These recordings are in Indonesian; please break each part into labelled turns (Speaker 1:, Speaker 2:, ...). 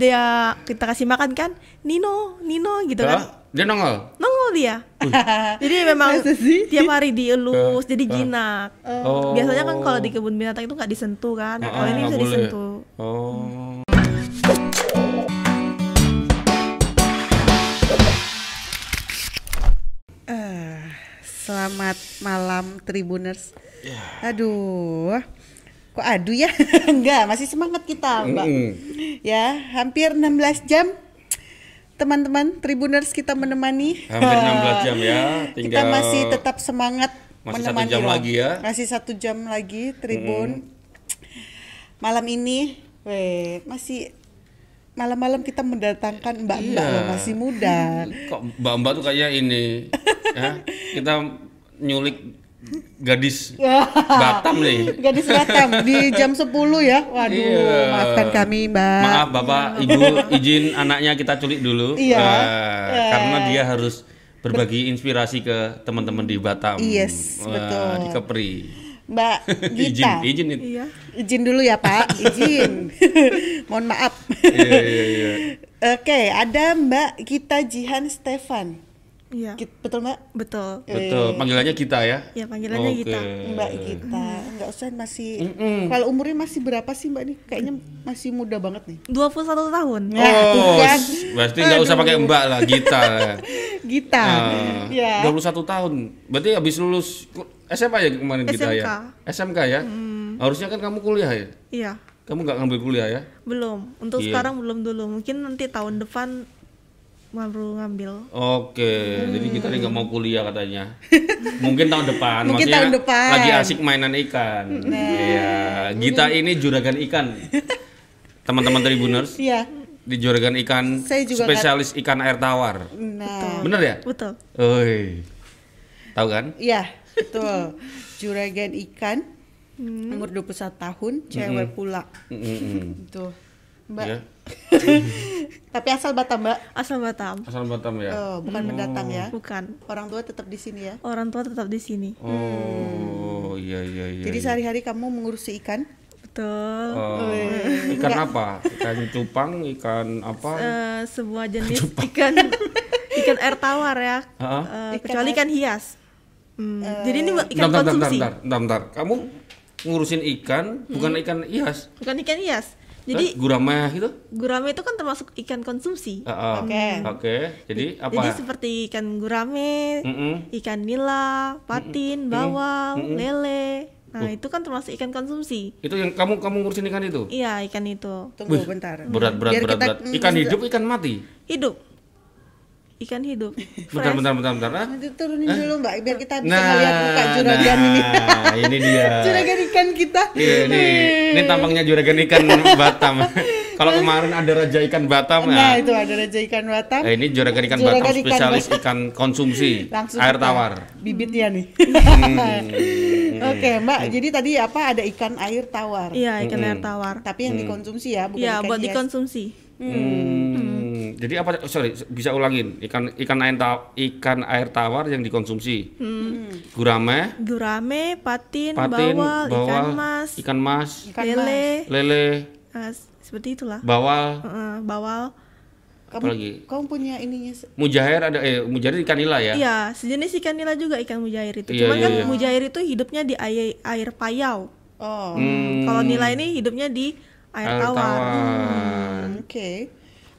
Speaker 1: dia kita kasih makan kan Nino Nino gitu kan
Speaker 2: Hah? Dia nongol.
Speaker 1: nongol dia jadi memang
Speaker 3: Masa sih?
Speaker 1: tiap hari dielus jadi jinak
Speaker 2: Oh.
Speaker 1: biasanya kan kalau di kebun binatang itu nggak disentuh kan
Speaker 2: Ah,
Speaker 1: kalau ini
Speaker 2: nggak
Speaker 1: bisa
Speaker 2: boleh.
Speaker 1: disentuh
Speaker 2: Oh.
Speaker 3: Eh, selamat malam Tribuners.
Speaker 2: Ya.
Speaker 3: Aduh. Kok aduh ya? Enggak, masih semangat kita, Mbak.
Speaker 2: Mm-mm.
Speaker 3: Ya, hampir 16 jam teman-teman Tribuners kita menemani.
Speaker 2: Hampir 16 jam ya,
Speaker 3: Kita
Speaker 2: tinggal-
Speaker 3: masih tetap semangat
Speaker 2: Masih satu
Speaker 3: menemani
Speaker 2: jam
Speaker 3: loh.
Speaker 2: lagi ya.
Speaker 3: Masih satu jam lagi Tribun. Malam ini, weh, masih malam-malam kita mendatangkan mbak-mbak
Speaker 2: Iya.
Speaker 3: loh, masih muda.
Speaker 2: Kok mbak-mbak tuh kayak ini. ya? Kita nyulik gadis Batam nih.
Speaker 3: Gadis Batam di jam 10 ya. Waduh,
Speaker 2: Iya.
Speaker 3: maafkan
Speaker 1: Nah.
Speaker 3: kami, Mbak.
Speaker 2: Maaf Bapak, Ibu, izin anaknya kita culik dulu.
Speaker 3: Iya.
Speaker 2: Nah,
Speaker 3: Eh.
Speaker 2: Karena dia harus berbagi inspirasi ke teman-teman di Batam.
Speaker 3: Yes,
Speaker 2: Wah,
Speaker 3: betul.
Speaker 2: Di Kepri.
Speaker 3: Mbak
Speaker 2: izin,
Speaker 3: Gita. izin.
Speaker 2: izin.
Speaker 1: iya
Speaker 3: dulu ya, Pak. Izin. Mohon maaf.
Speaker 2: Iya, iya, iya.
Speaker 3: Oke, ada Mbak Gita Jihan Stefan.
Speaker 1: iya
Speaker 3: Git- Betul, Mbak?
Speaker 1: betul
Speaker 2: Betul, panggilannya kita ya.
Speaker 1: Iya, panggilannya
Speaker 2: Oke.
Speaker 1: Gita.
Speaker 3: Mbak Gita. Enggak usah masih Kalau umurnya masih berapa sih, Mbak nih? Kayaknya masih muda banget nih.
Speaker 1: 21 tahun
Speaker 3: Nah, tuh
Speaker 2: Oh,
Speaker 3: kan.
Speaker 2: berarti nggak usah pakai Mbak lah, Gita. ya. lah.
Speaker 3: Gita.
Speaker 2: Ah,
Speaker 3: ya.
Speaker 2: 21 tahun. Berarti habis lulus ku- SMA ya kemarin Gita ya. SMK ya. Harusnya kan kamu kuliah ya.
Speaker 1: iya
Speaker 2: Kamu nggak ngambil kuliah ya?
Speaker 1: belum untuk
Speaker 2: Iya.
Speaker 1: sekarang belum dulu mungkin nanti tahun depan baru ngambil
Speaker 2: Oke, jadi kita nih nggak mau kuliah katanya. Mungkin tahun depan.
Speaker 3: Mungkin
Speaker 2: maksudnya
Speaker 3: tahun depan. Nah,
Speaker 2: Lagi asik mainan ikan. Iya, Gita ini juragan ikan. Teman-teman Tribuners
Speaker 3: Iya.
Speaker 2: di juragan ikan,
Speaker 3: Saya juga
Speaker 2: spesialis ikan air tawar.
Speaker 3: Nah,
Speaker 2: Bener ya?
Speaker 1: betul
Speaker 2: Oi. Tahu kan?
Speaker 3: Iya, betul. Juragan ikan. Umur 21 tahun, cewek pula.
Speaker 2: Mm-mm.
Speaker 3: Tuh. Mbak.
Speaker 2: Hmm. Iya.
Speaker 3: Tapi asal Batam, Mbak.
Speaker 1: asal Batam
Speaker 2: Asal Batam ya.
Speaker 3: Oh, bukan mendatang ya.
Speaker 1: bukan
Speaker 3: Orang tua tetap di sini ya.
Speaker 1: orang tua tetap di sini
Speaker 2: Oh, iya iya iya.
Speaker 3: Hmm. Jadi sehari-hari kamu mengurusi ikan?
Speaker 1: betul
Speaker 2: Oh,
Speaker 3: iya,
Speaker 2: ikan apa? Ikan cupang, ikan apa?
Speaker 1: eh sebuah jenis ikan ikan air tawar ya
Speaker 2: Heeh.
Speaker 1: Eh, kecuali ikan hias Hmm,
Speaker 3: Eh.
Speaker 1: jadi ini buat ikan
Speaker 2: bentar, bentar,
Speaker 1: konsumsi
Speaker 2: bentar, bentar, bentar. Kamu ngurusin ikan, bukan
Speaker 3: Hmm.
Speaker 2: ikan hias.
Speaker 1: bukan ikan hias
Speaker 2: Jadi
Speaker 1: jadi
Speaker 2: gurame gitu.
Speaker 1: gurame itu kan termasuk ikan konsumsi
Speaker 2: Heeh.
Speaker 3: Oke.
Speaker 2: Oke. Jadi Eh, apa? ya? Hmm.
Speaker 1: jadi seperti ikan gurame
Speaker 2: Mm-mm.
Speaker 1: ikan nila
Speaker 2: Hmm.
Speaker 1: patin bawal lele nah itu kan termasuk ikan konsumsi
Speaker 2: Itu yang kamu kamu ngurusin ikan itu.
Speaker 1: iya ikan itu
Speaker 2: Wih,
Speaker 3: Tunggu bentar.
Speaker 2: Berat berat
Speaker 3: Biar
Speaker 2: berat
Speaker 3: kita-
Speaker 2: berat. Ikan hidup, ikan mati.
Speaker 1: hidup ikan hidup
Speaker 2: Bentar bentar bentar bentar. Hah?
Speaker 3: Nanti turunin dulu, Mbak, biar kita bisa
Speaker 2: Nah,
Speaker 3: melihat muka juragan ini.
Speaker 2: nah, ini dia.
Speaker 3: juragan ikan kita.
Speaker 2: Iya, ini, ini tampangnya juragan ikan Batam. Kalau kemarin ada raja ikan Batam,
Speaker 3: Nah,
Speaker 2: nah,
Speaker 3: itu ada raja ikan Batam.
Speaker 2: nah ini juragan ikan
Speaker 3: Juragan
Speaker 2: Batam
Speaker 3: ikan
Speaker 2: spesialis
Speaker 3: Batam.
Speaker 2: ikan konsumsi,
Speaker 3: Langsung
Speaker 2: air
Speaker 3: kita
Speaker 2: tawar. Hmm.
Speaker 3: Bibitnya nih. Oke, Mbak.
Speaker 2: Iya.
Speaker 3: Jadi tadi apa ada ikan air tawar.
Speaker 1: iya ikan air tawar
Speaker 3: Tapi yang dikonsumsi ya, bukan
Speaker 1: iya
Speaker 3: ikan
Speaker 1: buat
Speaker 3: hias.
Speaker 1: dikonsumsi
Speaker 2: Hmm. Jadi apa? Sorry, bisa ulangin. Ikan ikan air ta- ikan air tawar yang dikonsumsi.
Speaker 3: Hmm.
Speaker 2: Gurame,
Speaker 1: gurame patin,
Speaker 2: patin,
Speaker 1: bawal,
Speaker 2: bawal,
Speaker 1: ikan mas
Speaker 2: ikan mas,
Speaker 3: Ikan mas.
Speaker 1: lele
Speaker 2: lele,
Speaker 1: ah, s- seperti itulah
Speaker 2: bawal,
Speaker 1: Heeh, bawal
Speaker 3: Kamu,
Speaker 2: Apalagi?
Speaker 3: kamu punya ininya se-
Speaker 2: mujair ada eh mujair ikan nila ya.
Speaker 1: iya sejenis ikan nila juga ikan mujair itu
Speaker 2: Iya,
Speaker 1: cuman
Speaker 2: iya,
Speaker 1: kan
Speaker 2: iya.
Speaker 1: mujair itu hidupnya di air air payau
Speaker 3: Oh,
Speaker 1: kalau nila ini hidupnya di air,
Speaker 2: Hmm. Air
Speaker 1: tawar,
Speaker 2: tawar.
Speaker 3: oke.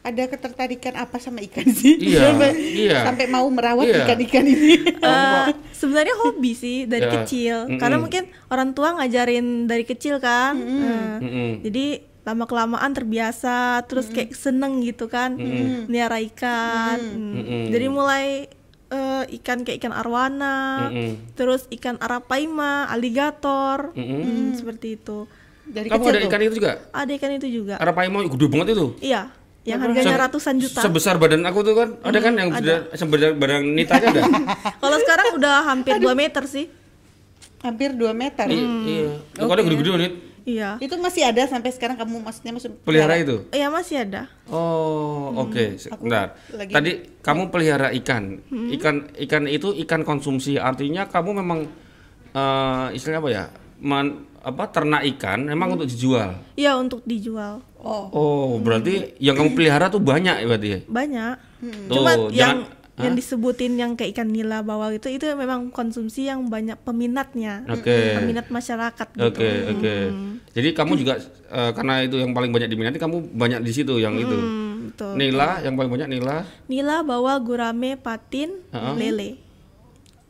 Speaker 3: Ada ketertarikan apa sama ikan sih?
Speaker 2: Iya,
Speaker 3: sampai,
Speaker 2: iya.
Speaker 3: sampai mau merawat
Speaker 2: Iya.
Speaker 3: ikan-ikan ini.
Speaker 1: Eh, sebenarnya hobi sih dari
Speaker 2: Ya.
Speaker 1: kecil karena mungkin orang tua ngajarin dari kecil kan Eh,
Speaker 3: Hmm.
Speaker 2: Mm-mm.
Speaker 1: jadi lama kelamaan terbiasa terus kayak seneng gitu kan melihara ikan Mm.
Speaker 2: Mm-mm.
Speaker 1: jadi mulai eh, ikan kayak ikan arwana
Speaker 2: Mm-mm.
Speaker 1: terus ikan arapaima aligator
Speaker 2: Mm-mm.
Speaker 1: Mm, seperti itu
Speaker 3: Dari
Speaker 2: Kamu
Speaker 3: kecil
Speaker 2: ada
Speaker 3: tuh. Iya.
Speaker 2: ikan itu juga?
Speaker 1: ada ikan itu juga
Speaker 2: Arapaimo gede banget itu.
Speaker 1: iya yang harganya
Speaker 2: Se-
Speaker 1: ratusan juta
Speaker 2: Sebesar badan aku tuh kan, ada kan yang sebeda- sebesar badan Nita aja ada.
Speaker 1: kalau sekarang udah hampir 2 meter sih
Speaker 3: Hampir 2 meter.
Speaker 2: I- Iya. Pokoknya gede-gede Nit.
Speaker 1: iya
Speaker 3: Itu masih ada sampai sekarang kamu maksudnya masih
Speaker 2: Pelihara itu.
Speaker 1: iya masih ada
Speaker 2: Oh, oke. Se- Bentar.
Speaker 3: lagi-
Speaker 2: Tadi kamu pelihara ikan. Ikan ikan itu ikan konsumsi. Artinya kamu memang eh istilahnya apa ya? men- apa ternak ikan memang untuk dijual.
Speaker 1: Iya untuk dijual
Speaker 3: Oh,
Speaker 2: Oh, berarti yang kamu pelihara tuh banyak ya berarti ya?
Speaker 1: banyak.
Speaker 2: Tuh,
Speaker 1: Cuma
Speaker 2: jangan-
Speaker 1: yang
Speaker 2: Hah?
Speaker 1: yang disebutin yang kayak ikan nila bawal itu itu memang konsumsi yang banyak peminatnya,
Speaker 2: Oke.
Speaker 1: peminat masyarakat gitu.
Speaker 2: Oke, oke. Jadi kamu juga eh, karena itu yang paling banyak diminati kamu banyak di situ yang itu.
Speaker 1: Hmm, betul.
Speaker 2: Nila yang paling banyak nila.
Speaker 1: Nila bawal gurame patin lele.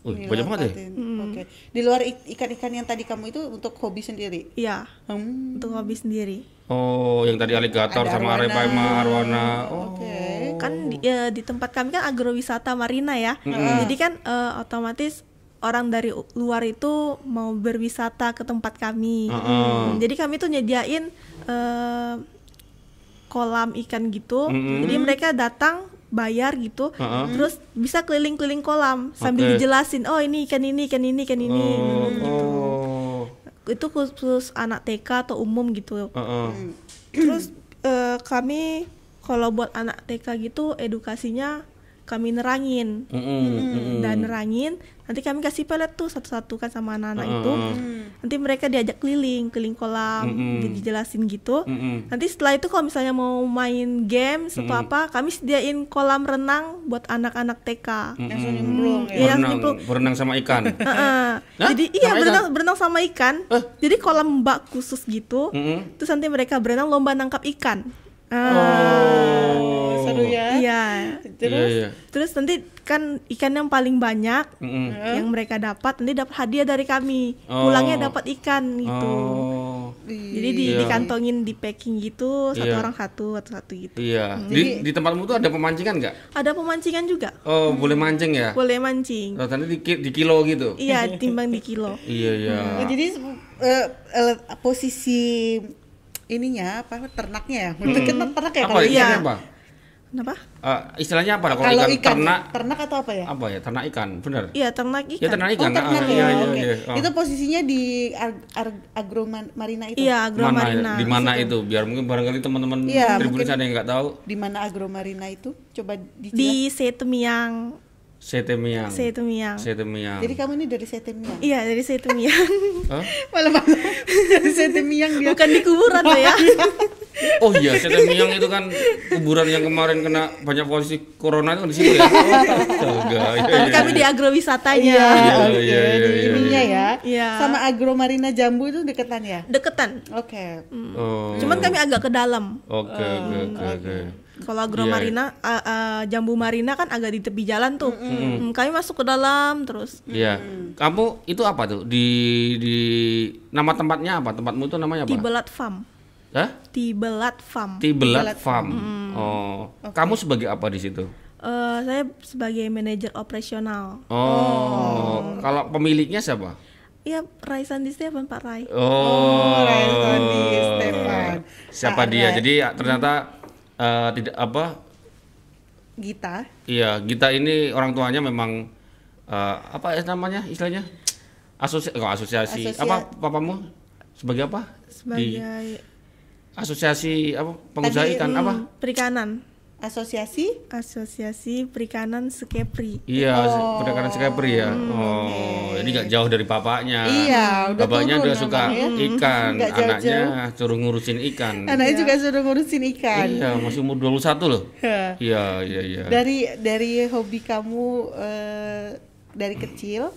Speaker 2: Wih,
Speaker 3: nilai
Speaker 2: banyak banget ya?
Speaker 3: paten.
Speaker 1: Hmm.
Speaker 3: Oke. Di luar ik- ikan-ikan yang tadi kamu itu untuk hobi sendiri.
Speaker 1: Iya
Speaker 3: Hmm.
Speaker 1: untuk hobi sendiri.
Speaker 2: Oh, yang tadi alligator
Speaker 3: Ada
Speaker 2: sama
Speaker 3: arwana.
Speaker 2: repaima arwana. Oh.
Speaker 3: Oke.
Speaker 1: kan di, ya, di tempat kami kan agrowisata marina ya jadi kan eh, otomatis orang dari u- luar itu mau berwisata ke tempat kami
Speaker 2: Heeh.
Speaker 1: jadi kami tuh nyediain eh, kolam ikan gitu
Speaker 2: Mm-mm.
Speaker 1: jadi mereka datang bayar gitu
Speaker 2: Heeh.
Speaker 1: terus bisa keliling-keliling kolam sambil
Speaker 2: Oke.
Speaker 1: dijelasin oh ini ikan ini ikan ini ikan ini
Speaker 2: Oh.
Speaker 1: Hmm, gitu.
Speaker 2: oh. Uh,
Speaker 1: itu khusus anak TK atau umum gitu
Speaker 2: Heeh.
Speaker 3: Hmm.
Speaker 1: terus eh, kami kalau buat anak TK gitu edukasinya kami nerangin
Speaker 2: Mm-mm,
Speaker 3: Hmm.
Speaker 2: mm-mm.
Speaker 1: dan nerangin nanti kami kasih pelet tuh satu-satu kan sama anak-anak
Speaker 2: Heeh,
Speaker 1: itu
Speaker 2: heeh.
Speaker 1: nanti mereka diajak keliling keliling kolam
Speaker 2: Mm-mm.
Speaker 1: jadi dijelasin gitu
Speaker 2: Mm-mm.
Speaker 1: nanti setelah itu kalau misalnya mau main game atau apa kami sediain kolam renang buat anak-anak TK
Speaker 2: Hmm.
Speaker 3: Langsung nyemplung ya.
Speaker 1: Iya,
Speaker 2: Berenang,
Speaker 1: nyemplung.
Speaker 2: berenang sama ikan.
Speaker 1: Heeh.
Speaker 2: Hah?
Speaker 1: jadi iya
Speaker 2: Sama ikan?
Speaker 1: berenang berenang sama ikan
Speaker 2: Eh? Mm.
Speaker 1: jadi kolam bak khusus gitu
Speaker 2: Mm-mm.
Speaker 1: terus nanti mereka berenang lomba nangkap ikan Ah.
Speaker 2: Oh.
Speaker 3: Seru ya.
Speaker 1: Iya.
Speaker 3: Terus
Speaker 2: Iya, iya.
Speaker 1: Terus nanti kan ikan yang paling banyak
Speaker 2: Mm-mm.
Speaker 1: yang mereka dapat nanti dapat hadiah dari kami.
Speaker 2: Hmm. Oh.
Speaker 1: Pulangnya dapat
Speaker 3: Nah,
Speaker 1: ikan gitu.
Speaker 2: Oh.
Speaker 1: Jadi di,
Speaker 2: Iya.
Speaker 1: dikantongin di packing gitu satu
Speaker 2: Iya.
Speaker 1: orang satu atau satu gitu.
Speaker 2: Iya.
Speaker 3: Hmm.
Speaker 2: Di, di tempatmu tuh ada pemancingan nggak?
Speaker 1: Ada pemancingan juga.
Speaker 2: Oh,
Speaker 3: Hmm.
Speaker 2: boleh mancing ya?
Speaker 1: Boleh mancing.
Speaker 2: Rasanya di, ki- di kilo gitu.
Speaker 1: Iya, timbang di kilo.
Speaker 2: Iya, iya.
Speaker 3: Oh, jadi eh, eh, posisi ininya apa ternaknya ya? Untuk kita ternak ya
Speaker 2: Hmm. Apa
Speaker 3: kalau
Speaker 2: ikannya
Speaker 1: iya.
Speaker 2: apa?
Speaker 1: Kenapa?
Speaker 2: Eh, istilahnya apa kalau
Speaker 3: kalau
Speaker 2: ikan,
Speaker 3: ikan
Speaker 2: ternak
Speaker 3: ternak atau apa ya?
Speaker 2: apa ya? Ternak ikan, benar.
Speaker 1: Iya, ternak
Speaker 2: Ya
Speaker 1: ikan.
Speaker 2: ternak ikan.
Speaker 3: Oh, ternak
Speaker 2: ah,
Speaker 3: ya.
Speaker 2: iya, iya,
Speaker 3: Oke.
Speaker 2: iya. Ah.
Speaker 3: Itu posisinya di ar- ar- agro man- marina itu.
Speaker 1: Iya,
Speaker 2: mana ya?
Speaker 1: agromarina.
Speaker 2: di mana itu? Biar mungkin barangkali teman-teman
Speaker 3: Iya,
Speaker 2: tribunis
Speaker 3: mungkin.
Speaker 2: ada yang nggak tahu.
Speaker 3: Di mana agro marina itu? Coba dijelaskan.
Speaker 1: Di Setemiang.
Speaker 2: Setemiang.
Speaker 1: Setemiang.
Speaker 2: Setemiang.
Speaker 3: Jadi kamu ini dari Setemiang.
Speaker 1: Iya, dari Setemiang.
Speaker 2: Hah?
Speaker 3: Malam-malam dari Setemiang dia.
Speaker 1: Bukan di kuburan loh ya.
Speaker 2: Oh iya, Setemiang itu kan kuburan yang kemarin kena banyak posisi corona itu kan di situ ya. Oh, astaga. Iya,
Speaker 1: Tapi
Speaker 2: iya,
Speaker 1: kami di
Speaker 2: iya.
Speaker 1: agrowisatanya.
Speaker 2: Iya,
Speaker 3: oke.
Speaker 2: iya, iya,
Speaker 3: di
Speaker 2: iya,
Speaker 3: ininya ya.
Speaker 1: Iya.
Speaker 3: Sama agro marina Jambu itu deketan ya.
Speaker 1: Deketan.
Speaker 3: Oke.
Speaker 1: Hmm.
Speaker 2: Oh.
Speaker 1: Cuman kami agak ke dalam.
Speaker 2: Oke, oke, oke, oke.
Speaker 1: Kalau
Speaker 2: Iya,
Speaker 1: agromarina, eh, eh, jambu marina kan agak di tepi jalan tuh. Mm, Kami masuk ke dalam terus.
Speaker 2: Iya. Kamu itu apa tuh? Di di nama tempatnya apa? Tempatmu itu namanya apa?
Speaker 1: Tibelat Farm.
Speaker 2: Hah?
Speaker 1: Tibelat Farm.
Speaker 2: Tibelat Farm. Oh. Kamu sebagai apa di situ?
Speaker 1: Eh, saya sebagai manajer operasional.
Speaker 2: Oh. Kalau pemiliknya siapa?
Speaker 1: Iya, Rai Sandi Stefan Pak Rai.
Speaker 2: Oh.
Speaker 3: Raisoni Stefan.
Speaker 2: Siapa
Speaker 3: Pak
Speaker 2: dia?
Speaker 3: Rai.
Speaker 2: Jadi ya, ternyata eh, tidak apa?
Speaker 3: Gita.
Speaker 2: Iya, Gita ini orang tuanya memang eh, apa ya namanya istilahnya? Asosia, kok asosiasi.
Speaker 3: Asosia-
Speaker 2: Apa papamu sebagai apa? Di
Speaker 1: Sebagai
Speaker 2: asosiasi apa pengusaha
Speaker 3: Tadi,
Speaker 2: ikan
Speaker 1: mm,
Speaker 2: apa?
Speaker 1: Perikanan.
Speaker 3: Asosiasi
Speaker 1: Asosiasi Perikanan Sekepri.
Speaker 2: Iya,
Speaker 3: Oh.
Speaker 2: pendekatan Skapri ya. Oh, ini nggak jauh dari bapaknya.
Speaker 3: Hmm, Iya, udah
Speaker 2: bapaknya
Speaker 3: turun
Speaker 2: udah suka
Speaker 3: namanya.
Speaker 2: ikan,
Speaker 3: Nggak
Speaker 2: anaknya
Speaker 3: jauh-jauh. Eh,
Speaker 2: suruh ngurusin ikan.
Speaker 3: anaknya juga sudah ngurusin ikan.
Speaker 2: Iya, masih umur 21 loh. Iya, iya, iya.
Speaker 3: dari dari hobi kamu eh, dari kecil,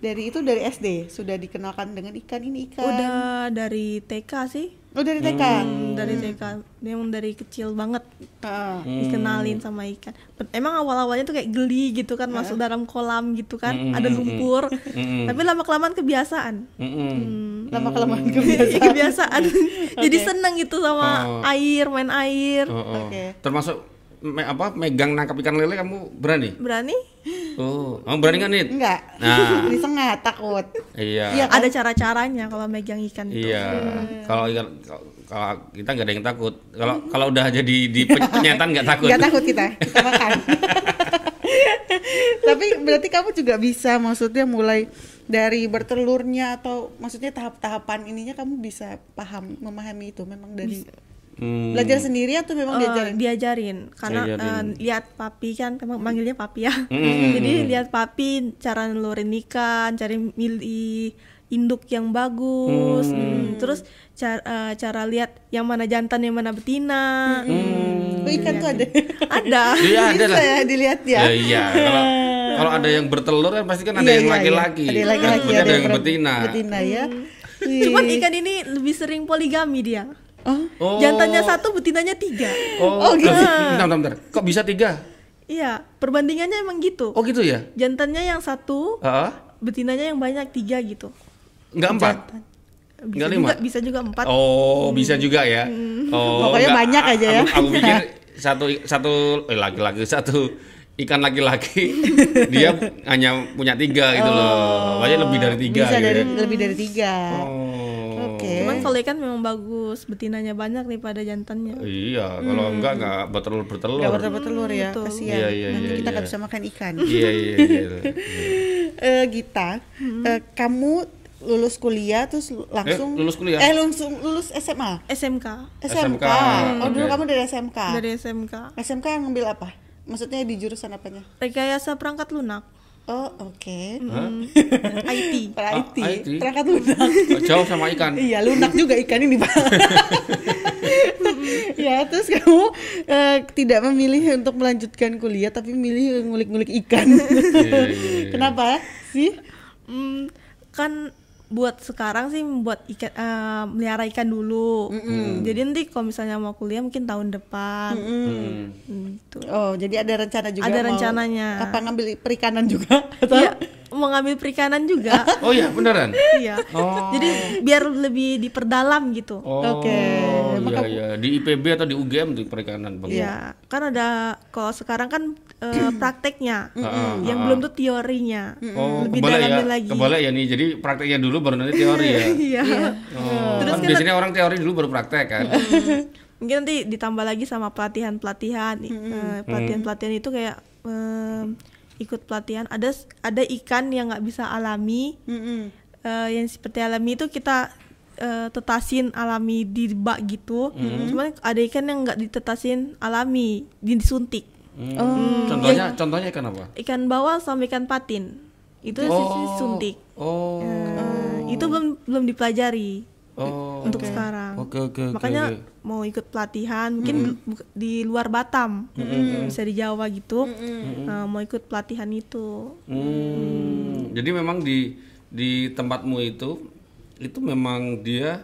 Speaker 3: dari itu dari SD sudah dikenalkan dengan ikan ini
Speaker 2: Kan.
Speaker 3: ikan.
Speaker 1: Udah dari TK sih.
Speaker 3: Oh dari TK.
Speaker 1: Hmm, Dari TK. Memang dari kecil banget
Speaker 3: Heeh.
Speaker 2: Hmm.
Speaker 1: dikenalin sama ikan. Pe- Emang awal-awalnya tuh kayak geli gitu kan masuk dalam kolam gitu kan,
Speaker 2: Mm-mm,
Speaker 1: ada
Speaker 2: mm-mm.
Speaker 1: lumpur.
Speaker 2: Mm-mm.
Speaker 1: Tapi lama kelamaan kebiasaan.
Speaker 2: Mm-mm.
Speaker 3: Lama kelamaan
Speaker 1: Iya,
Speaker 3: kebiasaan.
Speaker 1: kebiasaan. Jadi seneng gitu sama
Speaker 2: Oh.
Speaker 1: air, main air.
Speaker 2: Oh, oh.
Speaker 3: Hmm, Oke.
Speaker 2: Termasuk me- apa megang nangkap ikan lele kamu berani?
Speaker 1: Berani?
Speaker 2: Oh, kamu berani nggak nih?
Speaker 3: Enggak.
Speaker 2: Nah.
Speaker 3: Disengat takut.
Speaker 2: Iya.
Speaker 3: Iya. Hmm.
Speaker 1: Ada cara-caranya kalau megang ikan itu.
Speaker 2: Iya, kalau ikan- kalau kita nggak ada yang takut. Kalau kalau udah jadi di pe- penyetan nggak takut.
Speaker 3: Enggak takut kita, kita makan. Tapi berarti kamu juga bisa maksudnya mulai dari bertelurnya atau maksudnya tahap-tahapan ininya kamu bisa paham memahami itu memang dari
Speaker 2: Hmm.
Speaker 3: belajar sendiri atau
Speaker 1: Eh,
Speaker 3: memang Oh, diajarin?
Speaker 1: diajarin karena
Speaker 2: Diajarin.
Speaker 1: eh, lihat papi kan emang manggilnya papi ya jadi lihat papi cara nelurin ikan cari milih induk yang bagus, Hmm, terus cara cara lihat yang mana jantan yang mana betina.
Speaker 3: Oh, ikan tuh ada.
Speaker 1: Ada.
Speaker 2: Iya ada
Speaker 3: Bisa
Speaker 2: lah.
Speaker 3: ya dilihat ya.
Speaker 2: Ya, iya. Kalau kalau ada yang bertelur kan pasti kan ada
Speaker 3: Iya,
Speaker 2: yang
Speaker 3: iya, iya.
Speaker 2: laki-laki.
Speaker 3: Ada yang laki-laki,
Speaker 2: Berarti ada yang
Speaker 3: perempuan-
Speaker 2: betina.
Speaker 3: Betina ya.
Speaker 1: Cuman
Speaker 3: Wih.
Speaker 1: ikan ini lebih sering poligami dia.
Speaker 3: Oh,
Speaker 2: Oh.
Speaker 1: Jantannya satu, betinanya tiga.
Speaker 2: Oh, gitu. Bentar, bentar, bentar. Kok bisa tiga?
Speaker 1: Iya, perbandingannya emang gitu.
Speaker 2: Oh gitu ya?
Speaker 1: Jantannya yang satu,
Speaker 2: Heeh.
Speaker 1: betinanya yang banyak tiga gitu.
Speaker 2: Enggak empat.
Speaker 1: Bisa
Speaker 2: Nggak
Speaker 1: juga,
Speaker 2: lima?
Speaker 1: bisa juga empat.
Speaker 2: Oh, bisa juga ya. Oh,
Speaker 3: Hmm. Pokoknya banyak aja ya.
Speaker 2: Aku, aku pikir satu satu eh, laki-laki satu ikan laki-laki dia hanya punya tiga gitu loh. Banyak lebih dari tiga
Speaker 3: Oh, bisa
Speaker 2: gitu.
Speaker 3: dari
Speaker 2: ya.
Speaker 3: lebih dari tiga.
Speaker 2: Oh.
Speaker 3: Oke.
Speaker 1: Cuman kalau ikan memang bagus, betinanya banyak daripada jantannya.
Speaker 2: Iya, kalau
Speaker 3: Hmm.
Speaker 2: enggak enggak bertelur
Speaker 3: Gak
Speaker 2: bertelur.
Speaker 3: bertelur-telur ya,
Speaker 1: betul.
Speaker 3: kasihan. Hmm.
Speaker 2: Iya, iya,
Speaker 3: Nanti
Speaker 2: iya,
Speaker 3: kita nggak
Speaker 2: iya.
Speaker 3: bisa makan ikan.
Speaker 2: Iya iya iya.
Speaker 3: Eh Gita, eh, kamu lulus kuliah terus lu- langsung
Speaker 2: lulus kuliah?
Speaker 3: Eh, langsung lulus SMA.
Speaker 1: SMK,
Speaker 3: SMK.
Speaker 2: SMK,
Speaker 3: Oh, dulu
Speaker 2: oke.
Speaker 3: kamu dari SMK.
Speaker 2: Ah.
Speaker 1: dari SMK.
Speaker 3: SMK yang ngambil apa? Maksudnya di jurusan apanya?
Speaker 1: Rekayasa perangkat lunak, Hmm.
Speaker 3: Oh, oke.
Speaker 2: Hah?
Speaker 1: IT.
Speaker 3: Per IT,
Speaker 2: Ah, IT.
Speaker 3: perangkat lunak.
Speaker 2: Jauh sama ikan.
Speaker 3: iya, lunak juga ikan ini, Pak. ya, terus kamu eh, tidak memilih untuk melanjutkan kuliah tapi milih ngulik-ngulik ikan.
Speaker 2: Iya, iya, iya.
Speaker 3: Kenapa sih?
Speaker 1: Hmm, kan buat sekarang sih buat ikan eh, melihara ikan dulu. Jadi nanti kalau misalnya mau kuliah mungkin tahun depan.
Speaker 2: Hmm.
Speaker 1: Hmm, gitu.
Speaker 3: Oh, jadi ada rencana juga
Speaker 1: Ada
Speaker 3: mau-
Speaker 1: rencananya.
Speaker 3: Apa ngambil perikanan juga atau
Speaker 1: Iya, mau ngambil perikanan juga.
Speaker 2: Oh iya, beneran.
Speaker 1: iya.
Speaker 2: Oh.
Speaker 1: Jadi biar lebih diperdalam gitu.
Speaker 2: Oh,
Speaker 3: Oke,
Speaker 2: iya,
Speaker 3: emang kamu-
Speaker 2: iya. Di IPB atau di UGM tuh perikanan bang?
Speaker 1: Iya, kan ada kalau sekarang kan eh, prakteknya,
Speaker 2: Mm-mm. Ah,
Speaker 1: yang belum tuh teorinya,
Speaker 3: Hmm,
Speaker 2: Oh,
Speaker 1: lebih
Speaker 2: kebalik ya,
Speaker 1: dalamin lagi.
Speaker 2: kebalik ya nih. Jadi prakteknya dulu baru nanti teori ya.
Speaker 1: Iya.
Speaker 2: Oh,
Speaker 1: Terus
Speaker 2: kan
Speaker 1: kita- Hmm.
Speaker 2: biasanya orang teori dulu baru praktek kan.
Speaker 1: Mungkin nanti ditambah lagi sama pelatihan pelatihan, pelatihan pelatihan itu kayak eh, ikut pelatihan. Ada s- ada ikan yang nggak bisa alami,
Speaker 3: Mm-mm.
Speaker 1: eh, yang seperti alami itu kita eh, tetasin alami di bak gitu. Cuman ada ikan yang nggak ditetasin alami, di- disuntik.
Speaker 2: Hmm.
Speaker 1: Oh.
Speaker 2: Contohnya, contohnya ikan apa?
Speaker 1: Ikan bawal sama ikan patin itu disuntik.
Speaker 2: Oh,
Speaker 1: Eh, itu belum belum dipelajari
Speaker 2: oh.
Speaker 1: untuk sekarang.
Speaker 2: Oke, oke, oke,
Speaker 1: Makanya
Speaker 2: oke.
Speaker 1: mau ikut pelatihan mungkin bu- di luar Batam, bisa di Jawa gitu. Nah, mau ikut pelatihan itu.
Speaker 2: Hmm. Jadi memang di di tempatmu itu itu memang dia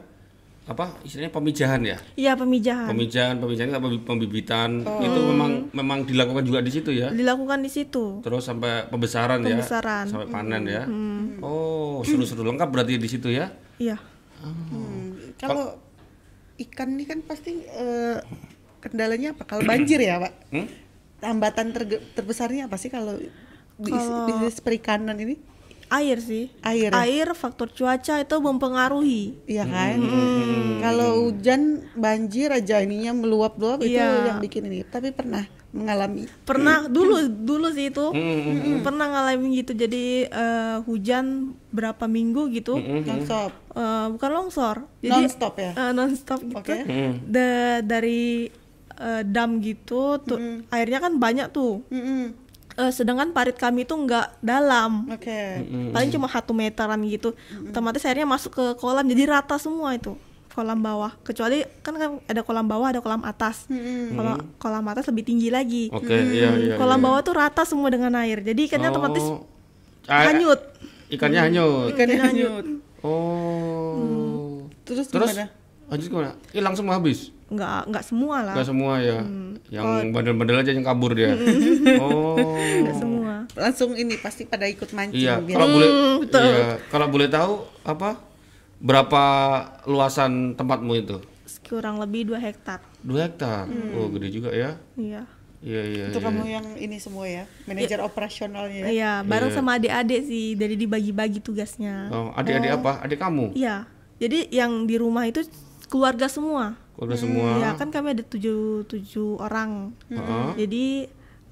Speaker 2: apa istilahnya pemijahan ya?
Speaker 1: Iya pemijahan
Speaker 2: Pemijahan, pemijahan atau pembibitan
Speaker 1: Oh.
Speaker 2: itu memang memang dilakukan juga di situ ya.
Speaker 1: dilakukan di situ.
Speaker 2: Terus sampai pembesaran,
Speaker 1: Pembesaran. Hmm.
Speaker 2: ya, sampai panen ya. Oh, seru-seru lengkap berarti di situ ya.
Speaker 1: Iya.
Speaker 3: Hmm, Kalau ikan ini kan pasti eh, kendalanya apa? Kalau banjir ya, Pak?
Speaker 2: Hmm?
Speaker 3: Hambatan terge- terbesarnya apa sih kalau bis- bisnis perikanan ini?
Speaker 1: Air sih.
Speaker 3: Air.
Speaker 1: Air faktor cuaca itu mempengaruhi.
Speaker 3: Iya
Speaker 2: Hmm.
Speaker 3: kan? Kalau hujan, banjir aja ininya meluap-luap itu
Speaker 1: Iya.
Speaker 3: yang bikin ini. Tapi pernah mengalami
Speaker 1: Pernah
Speaker 2: Mm.
Speaker 1: dulu dulu sih itu pernah ngalamin gitu jadi eh, hujan berapa minggu gitu.
Speaker 2: Hmm.
Speaker 3: nonstop,
Speaker 1: Eh, bukan longsor. Jadi
Speaker 3: nonstop ya.
Speaker 1: eh, nonstop gitu.
Speaker 3: Oke.
Speaker 2: Hmm.
Speaker 1: Da- dari eh, dam gitu tuh
Speaker 3: Hmm.
Speaker 1: airnya kan banyak tuh.
Speaker 3: Mm-mm.
Speaker 1: Eh, sedangkan parit kami itu nggak dalam.
Speaker 3: Oke.
Speaker 2: Hmm.
Speaker 1: Paling cuma satu meteran gitu.
Speaker 3: Hmm.
Speaker 1: Otomatis airnya masuk ke kolam jadi rata semua itu kolam bawah. Kecuali kan, kan ada kolam bawah, ada kolam atas.
Speaker 3: Hmm.
Speaker 1: Kalau kolam atas lebih tinggi lagi.
Speaker 2: Hmm. Oke, iya iya.
Speaker 1: kolam
Speaker 2: iya.
Speaker 1: bawah tuh rata semua dengan air. Jadi ikannya otomatis
Speaker 2: Oh. Ah,
Speaker 1: hanyut.
Speaker 2: Ikannya hanyut.
Speaker 3: Ikannya hanyut.
Speaker 2: Oh.
Speaker 3: Terus,
Speaker 2: Terus
Speaker 3: gimana?
Speaker 2: lanjut gimana? Ih, langsung habis.
Speaker 1: Nggak nggak semua lah.
Speaker 2: Enggak semua ya. Yang bandel-bandel aja yang kabur dia. oh.
Speaker 1: Nggak semua.
Speaker 3: Langsung ini pasti pada ikut mancing ya?
Speaker 2: Iya,
Speaker 3: biar-
Speaker 2: kalau boleh iya, kalau boleh tahu apa berapa luasan tempatmu itu?
Speaker 1: kurang lebih 2 hektar.
Speaker 2: 2 hektar. Oh, gede juga ya.
Speaker 1: Iya.
Speaker 2: Iya, iya.
Speaker 3: Itu
Speaker 2: iya.
Speaker 3: kamu yang ini semua ya, manajer operasionalnya. ya?
Speaker 1: Iya, bareng sama adik-adik sih, jadi dibagi-bagi tugasnya.
Speaker 2: Oh, adik-adik apa? Adik kamu?
Speaker 1: Iya. Jadi yang di rumah itu keluarga semua.
Speaker 2: Keluarga semua.
Speaker 1: Iya, Hmm. kan kami ada tujuh, tujuh orang.
Speaker 2: Heeh.
Speaker 1: Jadi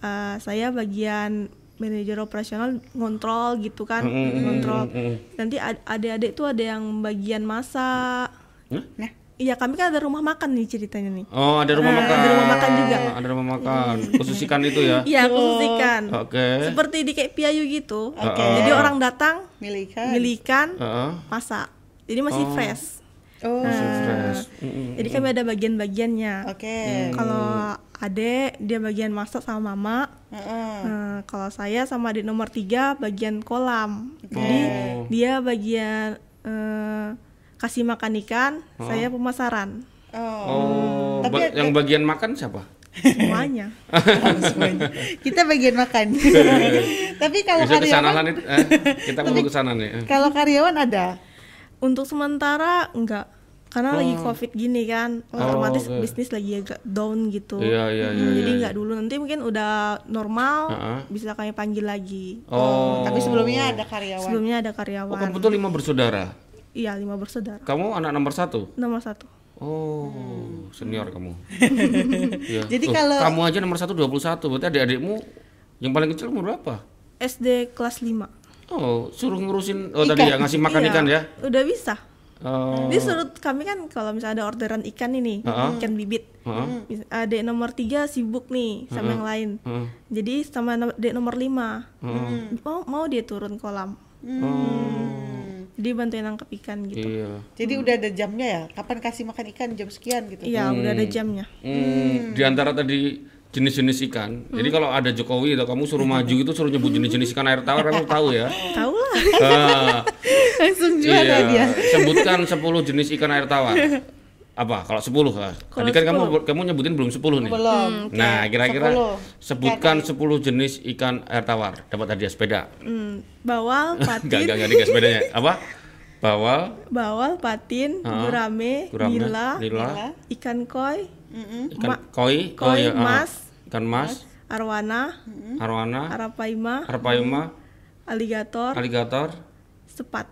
Speaker 1: eh, saya bagian manajer operasional ngontrol gitu kan, ngontrol. Nanti ad- adik-adik tuh ada yang bagian masak.
Speaker 2: Hah?
Speaker 3: Nah,
Speaker 1: Iya, kami kan ada rumah makan nih ceritanya nih.
Speaker 2: Oh, ada rumah
Speaker 1: Nah,
Speaker 2: makan.
Speaker 1: ada rumah makan juga.
Speaker 2: Ada rumah makan khusus ikan itu ya
Speaker 1: Iya, khusus ikan.
Speaker 2: oke
Speaker 1: Seperti di kayak piayu gitu.
Speaker 3: Oke.
Speaker 1: Jadi orang datang
Speaker 3: Milih ikan.
Speaker 1: milih ikan,
Speaker 2: Heeh.
Speaker 1: masak. Jadi masih
Speaker 2: Oh.
Speaker 1: fresh.
Speaker 3: Oh,
Speaker 2: Nah. Fresh. Mm-mm.
Speaker 1: Jadi kami ada bagian-bagiannya.
Speaker 3: oke.
Speaker 1: Hmm. Kalau adek dia bagian masak sama mama.
Speaker 3: Heeh.
Speaker 1: Eh, kalau saya sama adik nomor tiga bagian kolam. Jadi
Speaker 2: Oh.
Speaker 1: dia bagian eh, kasih makan ikan, saya pemasaran
Speaker 3: Oh.
Speaker 2: oh
Speaker 3: Tapi
Speaker 2: ba-
Speaker 3: ada-
Speaker 2: yang bagian makan siapa
Speaker 1: semuanya.
Speaker 3: semuanya. Kita bagian makan. Tapi kalau
Speaker 2: Iya, bisa kesana lah
Speaker 3: karyawan,
Speaker 2: nih eh, kita perlu kesana nih eh.
Speaker 3: kalau karyawan ada.
Speaker 1: Untuk sementara enggak karena lagi covid gini kan, otomatis
Speaker 2: Oh. oke.
Speaker 1: bisnis lagi agak down gitu.
Speaker 2: Iya, iya,
Speaker 1: Hmm,
Speaker 2: iya, iya,
Speaker 1: Jadi
Speaker 2: iya.
Speaker 1: enggak dulu nanti mungkin udah normal
Speaker 2: Heeh.
Speaker 1: bisa kami panggil lagi.
Speaker 2: oh
Speaker 3: Tapi sebelumnya ada karyawan.
Speaker 1: Sebelumnya ada
Speaker 2: oh
Speaker 1: karyawan.
Speaker 2: kamu tuh lima bersaudara
Speaker 1: Iya lima bersaudara.
Speaker 2: kamu anak nomor satu
Speaker 1: Nomor satu.
Speaker 2: Oh, senior kamu. Iya.
Speaker 3: Jadi
Speaker 2: Loh,
Speaker 3: kalau-
Speaker 2: kamu aja nomor satu 21, berarti adik-adikmu yang paling kecil umur berapa?
Speaker 1: SD kelas 5
Speaker 2: Oh, suruh ngurusin oh tadi ya ngasih makan
Speaker 1: Iya,
Speaker 2: ikan ya.
Speaker 1: Udah bisa.
Speaker 2: Oh,
Speaker 1: Jadi surut kami kan kalau misalnya ada orderan ikan ini,
Speaker 2: Heeh.
Speaker 1: ikan bibit.
Speaker 2: Heeh.
Speaker 1: Mis- Adik nomor tiga sibuk nih sama yang lain.
Speaker 2: Heeh.
Speaker 1: Jadi sama no- adik nomor lima mau mau dia turun kolam, dibantuin nangkep ikan gitu.
Speaker 2: Hmm. iya.
Speaker 3: Jadi udah ada jamnya ya. Kapan kasih makan ikan jam sekian gitu.
Speaker 1: Iya udah ada jamnya.
Speaker 2: Hmm, di antara tadi jenis-jenis ikan. Jadi kalau ada Jokowi atau kamu suruh maju itu suruh nyebut jenis-jenis ikan air tawar kamu tahu ya.
Speaker 1: Tahu lah.
Speaker 2: Ah,
Speaker 3: Langsung juara dia.
Speaker 2: iya. Sebutkan 10 jenis ikan air tawar. Apa? Kalau 10 lah. Tadi
Speaker 1: Kalau
Speaker 2: kan kamu kamu nyebutin belum 10 nih.
Speaker 3: Belum.
Speaker 2: Nah, kira-kira
Speaker 3: 10.
Speaker 2: sebutkan 10 jenis ikan air tawar. Dapat hadiah sepeda.
Speaker 1: Hmm, bawal,
Speaker 2: Enggak, enggak,
Speaker 1: patin,
Speaker 2: enggak, enggak sepedanya. Apa? Bawal,
Speaker 1: bawal, patin,
Speaker 2: Heeh.
Speaker 1: gurame,
Speaker 2: gurame,
Speaker 1: nila,
Speaker 2: nila,
Speaker 3: nila,
Speaker 1: ikan koi,
Speaker 2: ikan
Speaker 1: ma-
Speaker 2: koi,
Speaker 1: koi,
Speaker 2: iya, ah.
Speaker 1: mas. Hmm.
Speaker 2: ikan mas,
Speaker 1: arwana,
Speaker 2: arwana,
Speaker 1: arapaima,
Speaker 2: arpaima,
Speaker 1: aligator,
Speaker 2: aligator,
Speaker 1: sepat.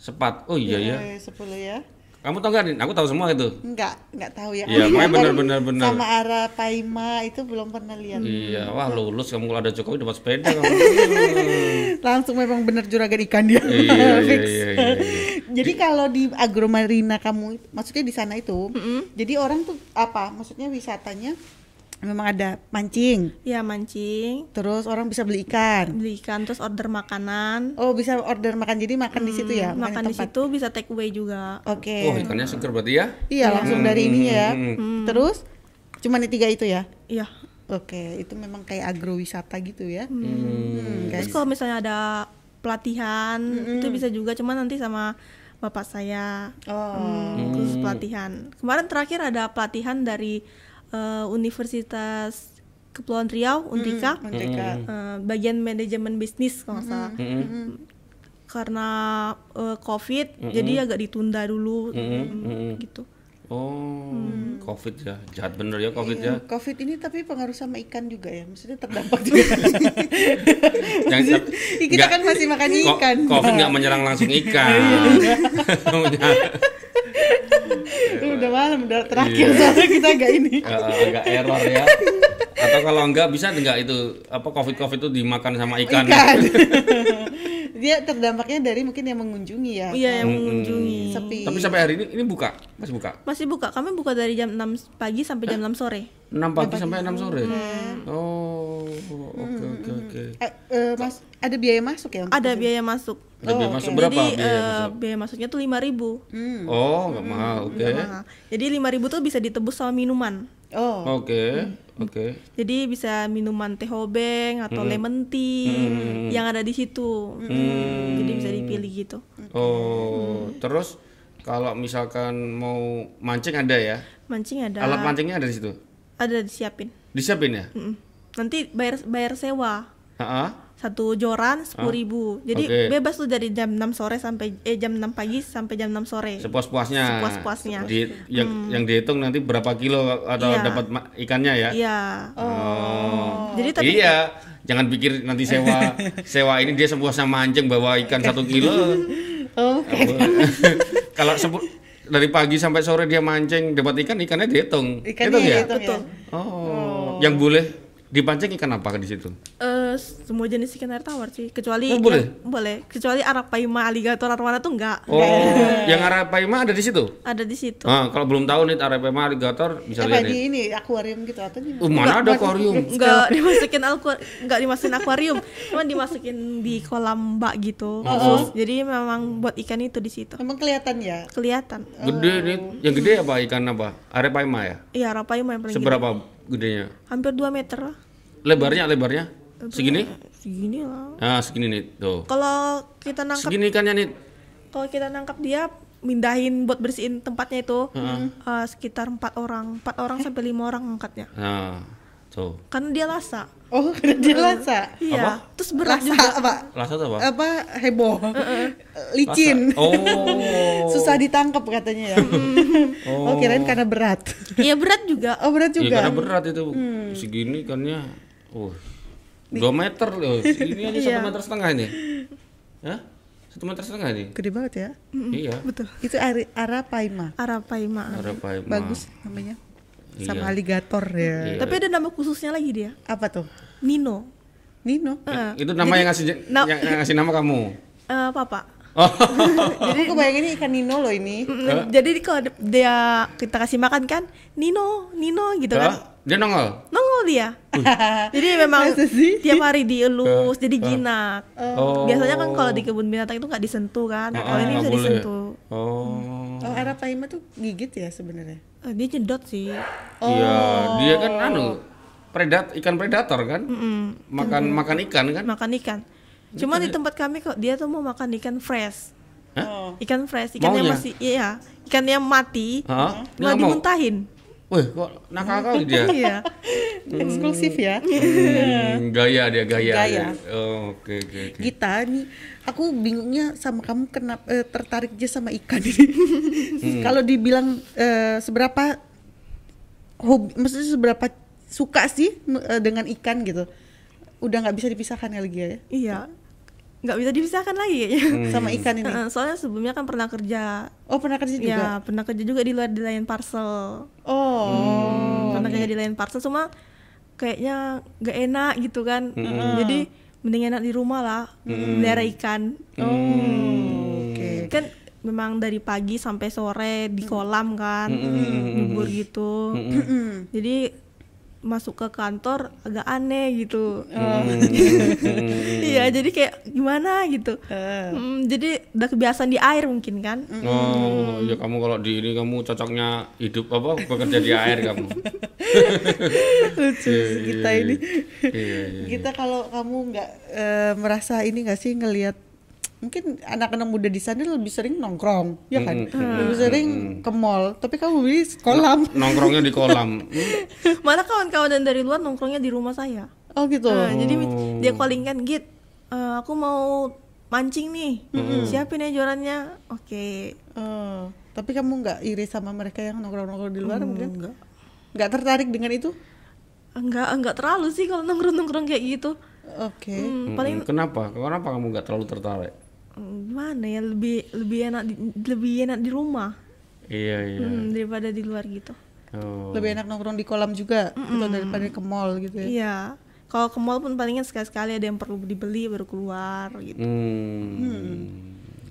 Speaker 2: sepat. Oh iya ya.
Speaker 3: Eh, 10 ya.
Speaker 2: Kamu tahu nggak? Rin? Aku tahu semua itu.
Speaker 3: Enggak, enggak tahu ya.
Speaker 2: Iya,
Speaker 3: Aku
Speaker 2: makanya
Speaker 3: juga
Speaker 2: benar,
Speaker 3: baru
Speaker 2: benar, benar.
Speaker 3: Sama arah Paima itu belum pernah lihat.
Speaker 2: Iya, wah lulus kamu kalau ada Jokowi dapat sepeda kamu.
Speaker 3: Langsung memang benar juragan ikan dia.
Speaker 2: iya, iya, iya,
Speaker 3: Fix.
Speaker 2: iya, iya.
Speaker 3: Jadi kalau di agromarina kamu, itu- maksudnya di sana itu, jadi orang tuh apa? Maksudnya wisatanya memang ada mancing,
Speaker 1: Ya mancing,
Speaker 3: terus orang bisa beli ikan.
Speaker 1: beli ikan terus order makanan
Speaker 3: Oh bisa order makan, jadi makan di situ ya?
Speaker 1: Mm, makan di
Speaker 3: tempat.
Speaker 1: situ bisa take away juga
Speaker 3: Oke.
Speaker 2: Oh, ikannya seger berarti ya?
Speaker 3: Iya langsung dari ini ya.
Speaker 1: Mm.
Speaker 3: Terus cuman di tiga itu ya?
Speaker 1: iya
Speaker 3: Oke, itu memang kayak agrowisata gitu ya?
Speaker 1: Mm.
Speaker 3: Hmm,
Speaker 1: terus
Speaker 3: guys.
Speaker 1: kalau misalnya ada pelatihan itu bisa juga cuman nanti sama bapak saya
Speaker 3: Oh.
Speaker 1: Hmm, khusus pelatihan kemarin terakhir ada pelatihan dari eh, Universitas Kepulauan Riau Hmm, Untika Hmm,
Speaker 3: Merdeka.
Speaker 2: Hmm.
Speaker 1: eh, bagian manajemen bisnis kalau nggak salah karena eh, covid
Speaker 2: Hmm,
Speaker 1: jadi agak ditunda dulu
Speaker 2: Mm-mm.
Speaker 1: gitu
Speaker 2: Oh, Covid ya. Jahat bener ya Covid ya.
Speaker 3: Iya, Covid ini tapi pengaruh sama ikan juga ya, maksudnya terdampak juga.
Speaker 2: Yang
Speaker 3: kita kan masih makan
Speaker 2: Ko-
Speaker 3: ikan.
Speaker 2: Covid
Speaker 3: Pak.
Speaker 2: nggak menyerang langsung ikan.
Speaker 3: udah malam, udah terakhir
Speaker 2: Iya.
Speaker 3: soalnya kita agak ini.
Speaker 2: Eh, agak error ya. Atau kalau enggak bisa enggak itu apa Covid Covid itu dimakan sama ikan.
Speaker 3: Ikan. Dia terdampaknya dari mungkin yang mengunjungi ya.
Speaker 2: Hmm,
Speaker 1: iya yang mengunjungi
Speaker 3: Sepi.
Speaker 2: Tapi sampai hari ini ini buka, masih buka.
Speaker 1: masih buka kami buka dari jam 6 pagi sampai jam 6 sore
Speaker 2: 6 pagi sampai 6 sore. Oh, oke oke oke.
Speaker 3: Eh, eh, mas, ada biaya masuk ya? untuk-
Speaker 1: ada biaya masuk
Speaker 2: Ada biaya masuk
Speaker 1: jadi
Speaker 2: berapa
Speaker 1: eh,
Speaker 2: biaya
Speaker 1: biaya,
Speaker 2: masuk?
Speaker 1: masuknya tuh 5000 ribu
Speaker 3: Hmm,
Speaker 1: Nah,
Speaker 2: Oh, enggak
Speaker 1: Hmm,
Speaker 2: mahal. Oke.
Speaker 1: jadi 5000 ribu tuh bisa ditebus sama minuman
Speaker 3: Oh,
Speaker 2: Oke.
Speaker 1: Hmm.
Speaker 2: Oke.
Speaker 1: jadi bisa minuman teh hobeng atau lemon tea yang ada di situ jadi
Speaker 2: Mm.
Speaker 1: bisa dipilih gitu Hmm.
Speaker 2: Oh, terus kalau misalkan mau mancing ada ya?
Speaker 1: mancing ada
Speaker 2: Alat mancingnya ada di situ.
Speaker 1: ada disiapin
Speaker 2: Disiapin ya?
Speaker 1: Mm-mm. nanti bayar bayar sewa
Speaker 2: Heeh.
Speaker 1: satu joran sepuluh ribu jadi
Speaker 2: Ah, Oke.
Speaker 1: bebas tuh dari jam 6 sore sampai eh jam 6 pagi sampai jam 6 sore
Speaker 2: Sepuas-puasnya.
Speaker 1: Sepuas-puasnya. Hmm.
Speaker 2: Di- yang yang dihitung nanti berapa kilo atau
Speaker 1: Iya.
Speaker 2: dapat ma- ikannya ya?
Speaker 1: iya
Speaker 2: Oh.
Speaker 1: Jadi tapi-
Speaker 2: iya, jangan pikir nanti sewa sewa ini dia sepuasnya mancing bawa ikan satu kilo.
Speaker 3: oh,
Speaker 2: Apa? Kalau sepu- dari pagi sampai sore dia mancing dapat ikan, ikannya dihitung.
Speaker 3: ikannya
Speaker 2: Dihitung ya?
Speaker 3: dihitung ya?
Speaker 1: Betul.
Speaker 2: Oh. Yang boleh dipancing ikan apa di situ?
Speaker 1: Eh, semua jenis ikan air tawar sih, kecuali
Speaker 2: Oh, boleh?
Speaker 1: yang- boleh, kecuali arapaima, aligator, arwana tuh enggak.
Speaker 2: Oh, yang arapaima ada di situ.
Speaker 1: Ada di situ.
Speaker 2: Ah, kalau belum tahu nih arapaima alligator bisa
Speaker 3: apa
Speaker 2: lihat
Speaker 3: di
Speaker 2: nih.
Speaker 3: ini akuarium gitu atau di
Speaker 2: Uh, mana ada akuarium?
Speaker 1: Enggak dimasukin alku- enggak dimasukin akuarium, cuma dimasukin di kolam bak gitu. khusus. Jadi memang buat ikan itu di situ.
Speaker 3: Emang kelihatan ya?
Speaker 1: Kelihatan.
Speaker 2: Gede nih, yang gede apa ikan apa? Arapaima ya.
Speaker 1: Iya, arapaima yang paling gede.
Speaker 2: Seberapa gedenya?
Speaker 1: Hampir 2 meter lah.
Speaker 2: Lebarnya, lebarnya? Segini?
Speaker 1: Segini lah.
Speaker 2: Nah, segini nih. Tuh.
Speaker 1: Kalau kita nangkap
Speaker 2: Segini ikannya nih.
Speaker 1: kalau kita nangkap dia mindahin buat bersihin tempatnya itu eh, sekitar empat orang empat orang sampai lima orang angkatnya
Speaker 2: Nah, tuh.
Speaker 1: karena dia lasa
Speaker 3: Oh, karena dia lasa.
Speaker 1: iya terus berat
Speaker 3: Lasa
Speaker 1: juga
Speaker 3: apa?
Speaker 2: Lasa tuh apa?
Speaker 3: Apa heboh. Licin.
Speaker 2: Oh.
Speaker 3: Susah ditangkap katanya ya. oh. kirain karena berat.
Speaker 1: iya berat juga
Speaker 3: Oh, berat
Speaker 2: Iya,
Speaker 3: juga.
Speaker 2: karena berat itu. Segini ikannya. Uh. Dua meter loh. Segini aja satu meter setengah ini. Hah? Satu meter setengah ini?
Speaker 3: Gede banget ya.
Speaker 2: Iya.
Speaker 1: betul
Speaker 3: Itu Ari-
Speaker 2: Nah.
Speaker 3: arapaima.
Speaker 1: arapaima
Speaker 2: Arapaima.
Speaker 3: Bagus namanya. Sama
Speaker 2: Iya.
Speaker 3: aligator ya.
Speaker 2: Iya.
Speaker 1: tapi ada nama khususnya lagi dia
Speaker 3: Apa tuh?
Speaker 1: Nino
Speaker 3: Nino.
Speaker 1: Heeh.
Speaker 2: Itu nama yang ngasih
Speaker 1: No.
Speaker 2: yang, yang ngasih nama kamu.
Speaker 1: Eh, papa
Speaker 2: Oh.
Speaker 3: Jadi aku bayanginnya ikan Nino loh ini.
Speaker 1: Mm, jadi kalau de- dia kita kasih makan kan Nino Nino gitu kan
Speaker 2: Dia nongol.
Speaker 1: nongol dia jadi memang
Speaker 3: Masa sih?
Speaker 1: tiap hari dielus jadi jinak
Speaker 2: Oh.
Speaker 1: biasanya kan kalau di kebun binatang itu nggak disentuh kan
Speaker 2: Ah,
Speaker 1: kalau ini
Speaker 2: nggak
Speaker 1: bisa
Speaker 2: boleh.
Speaker 1: disentuh
Speaker 2: Oh.
Speaker 3: Oh, arapaima tuh gigit ya sebenarnya.
Speaker 1: Eh, dia nyedot sih
Speaker 2: Iya, dia kan anu predat ikan predator kan? Makan makan ikan
Speaker 1: Mm.
Speaker 2: kan? ya?
Speaker 1: makan ikan cuma di tempat kami kok dia tuh mau makan ikan fresh
Speaker 2: Hah?
Speaker 3: Oh.
Speaker 1: ikan fresh ikan yang
Speaker 2: Maunya?
Speaker 1: masih iya ikan yang mati
Speaker 2: Heeh. Dia
Speaker 1: nggak
Speaker 2: nggak mau. Ya?
Speaker 1: dimuntahin
Speaker 2: Wih, kok nakal kali dia.
Speaker 1: iya
Speaker 3: Eksklusif ya.
Speaker 2: Hmm, gaya dia gaya.
Speaker 3: Gaya.
Speaker 2: dia. Oh, oke oke oke.
Speaker 3: Gita nih, aku bingungnya sama kamu kenapa eh, tertarik aja sama ikan ini. Kalau dibilang eh, seberapa hobi, maksudnya seberapa suka sih eh, dengan ikan gitu, udah nggak bisa dipisahkan kali Gia, ya
Speaker 1: iya nggak bisa dipisahkan lagi kayaknya
Speaker 3: sama ikan ini.
Speaker 1: Heeh, soalnya sebelumnya kan pernah kerja
Speaker 3: Oh pernah kerja juga.
Speaker 1: ya pernah kerja juga di luar di lain parcel
Speaker 3: Oh, Hmm.
Speaker 1: karena kayak di lain parcel cuma kayaknya nggak enak gitu kan
Speaker 3: Hmm.
Speaker 1: jadi mending enak di rumah lah melihara ikan
Speaker 3: Hmm. oke.
Speaker 1: kan memang dari pagi sampai sore di
Speaker 3: Hmm.
Speaker 1: kolam kan ngubur gitu jadi masuk ke kantor agak aneh gitu
Speaker 3: Hmm.
Speaker 1: iya jadi kayak gimana gitu Mm,
Speaker 3: Hmm.
Speaker 1: jadi udah kebiasaan di air mungkin kan
Speaker 2: Oh, ya kamu kalau di ini kamu cocoknya hidup apa bekerja di air kamu.
Speaker 3: Lucu sih Gita ini.
Speaker 2: Iya, iya.
Speaker 3: Gita Gitu, kalau kamu nggak eh, merasa ini nggak sih ngelihat mungkin anak-anak muda di sana lebih sering nongkrong, ya kan? Lebih sering ke mall. Tapi kamu beli kolam.
Speaker 2: Nongkrongnya di kolam. Hmm,
Speaker 1: malah kawan-kawan dan dari luar nongkrongnya di rumah saya
Speaker 2: Iya.
Speaker 3: Oh gitu.
Speaker 2: Ah,
Speaker 1: Nah, jadi dia calling kan git eh, aku mau mancing nih siapin ya jorannya oke
Speaker 3: Eh, tapi kamu nggak iri sama mereka yang nongkrong-nongkrong di
Speaker 2: Mm,
Speaker 3: luar mungkin? Nggak. Nggak tertarik dengan itu?
Speaker 1: enggak enggak terlalu sih kalau nongkrong nongkrong kayak gitu
Speaker 2: Mm.
Speaker 3: Oke.
Speaker 1: Hmm, paling
Speaker 2: Paling... Kenapa? Kenapa kamu nggak terlalu tertarik?
Speaker 1: hmm, gimana ya lebih lebih enak di, lebih enak di rumah
Speaker 2: Iya iya.
Speaker 1: hmm, daripada di luar gitu
Speaker 2: Oh.
Speaker 3: Hmm. Lebih enak nongkrong di kolam juga gitu, daripada ke mall gitu ya.
Speaker 1: iya kalau ke mall pun palingan sekali sekali ada yang perlu dibeli baru keluar gitu
Speaker 2: Hmm.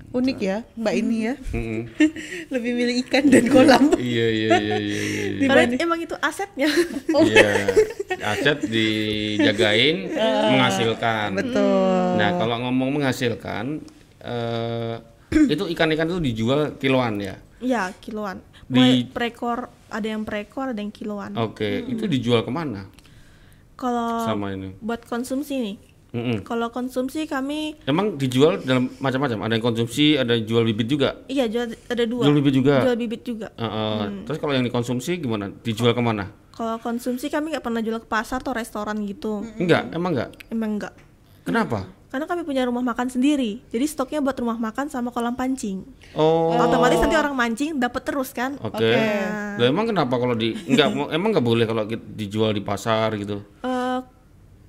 Speaker 3: Unik ya, Mbak ini ya.
Speaker 2: Mm-mm.
Speaker 3: Lebih milih ikan dan kolam.
Speaker 2: Hmm. Iya iya iya iya. iya.
Speaker 1: karena emang itu asetnya
Speaker 3: Oh.
Speaker 2: Iya, aset dijagain menghasilkan.
Speaker 3: Ah, Betul.
Speaker 2: Nah, kalau ngomong menghasilkan eh itu ikan-ikan itu dijual kiloan ya.
Speaker 1: ya kiloan
Speaker 2: Di-
Speaker 1: mulai prekor ada yang prekor ada yang kiloan
Speaker 2: Oke,
Speaker 3: Hmm.
Speaker 2: itu dijual kemana?
Speaker 1: kalau
Speaker 2: Sama ini.
Speaker 1: buat konsumsi nih
Speaker 2: Mm-mm.
Speaker 1: kalau konsumsi kami
Speaker 2: Emang dijual dalam macam-macam. Ada yang konsumsi, ada yang jual bibit juga.
Speaker 1: iya jual ada dua
Speaker 2: Jual bibit juga.
Speaker 1: jual bibit juga
Speaker 2: Eh, eh, Terus kalau yang dikonsumsi gimana? Dijual kemana?
Speaker 1: kalau konsumsi kami nggak pernah jual ke pasar atau restoran gitu
Speaker 2: Enggak, emang enggak.
Speaker 1: emang enggak
Speaker 2: Kenapa?
Speaker 1: karena kami punya rumah makan sendiri jadi stoknya buat rumah makan sama kolam pancing
Speaker 2: Oh,
Speaker 1: otomatis nanti orang mancing dapat terus kan
Speaker 2: oke. Lah, emang kenapa kalau di enggak mau- emang enggak boleh kalau ki- dijual di pasar gitu?
Speaker 1: Eh,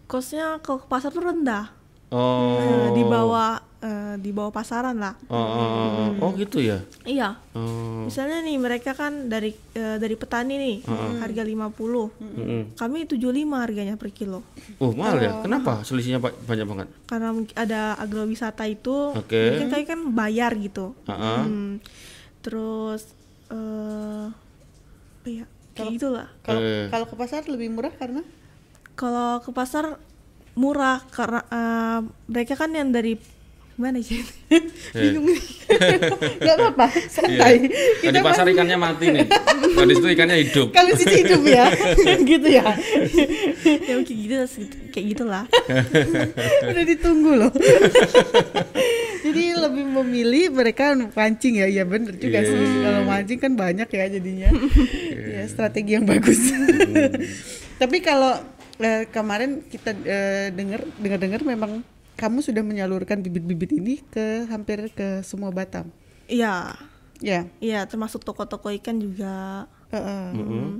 Speaker 1: kosnya kalau ke pasar tuh rendah
Speaker 2: Oh.
Speaker 1: Eh, di bawah eh, di bawah pasaran lah
Speaker 2: Oh, oh, oh, oh gitu ya.
Speaker 1: iya
Speaker 2: Oh,
Speaker 1: misalnya nih mereka kan dari eh, dari petani nih
Speaker 2: Hmm.
Speaker 1: harga 50
Speaker 2: mm-mm.
Speaker 1: kami 75 harganya per kilo
Speaker 2: oh mahal ya. Kenapa selisihnya ba- banyak banget?
Speaker 1: karena mungkin ada agrowisata itu
Speaker 2: Oke.
Speaker 1: mungkin kayak kan bayar gitu
Speaker 2: Ah, ah.
Speaker 1: Hmm. terus eh apa ya kayak gitulah
Speaker 3: Kalau
Speaker 2: Eh.
Speaker 3: kalau ke pasar lebih murah karena
Speaker 1: kalau ke pasar murah karena eh, mereka kan yang dari mana sih bingung nih
Speaker 3: nggak apa-apa santai.
Speaker 2: Nah, di
Speaker 3: Kita
Speaker 2: pasar ikannya mati nih. Kalau di situ ikannya hidup.
Speaker 3: kalau sisi hidup ya gitu ya
Speaker 1: ya kayak gitu kayak gitulah
Speaker 3: udah ditunggu loh jadi lebih memilih mereka pancing ya iya bener juga sih kalau mancing kan banyak ya jadinya ya strategi yang bagus tapi kalau eh, kemarin kita eh, dengar dengar dengar memang kamu sudah menyalurkan bibit-bibit ini ke hampir ke semua Batam
Speaker 1: iya
Speaker 3: ya
Speaker 1: iya termasuk toko-toko ikan juga
Speaker 3: Heeh.
Speaker 1: Hmm.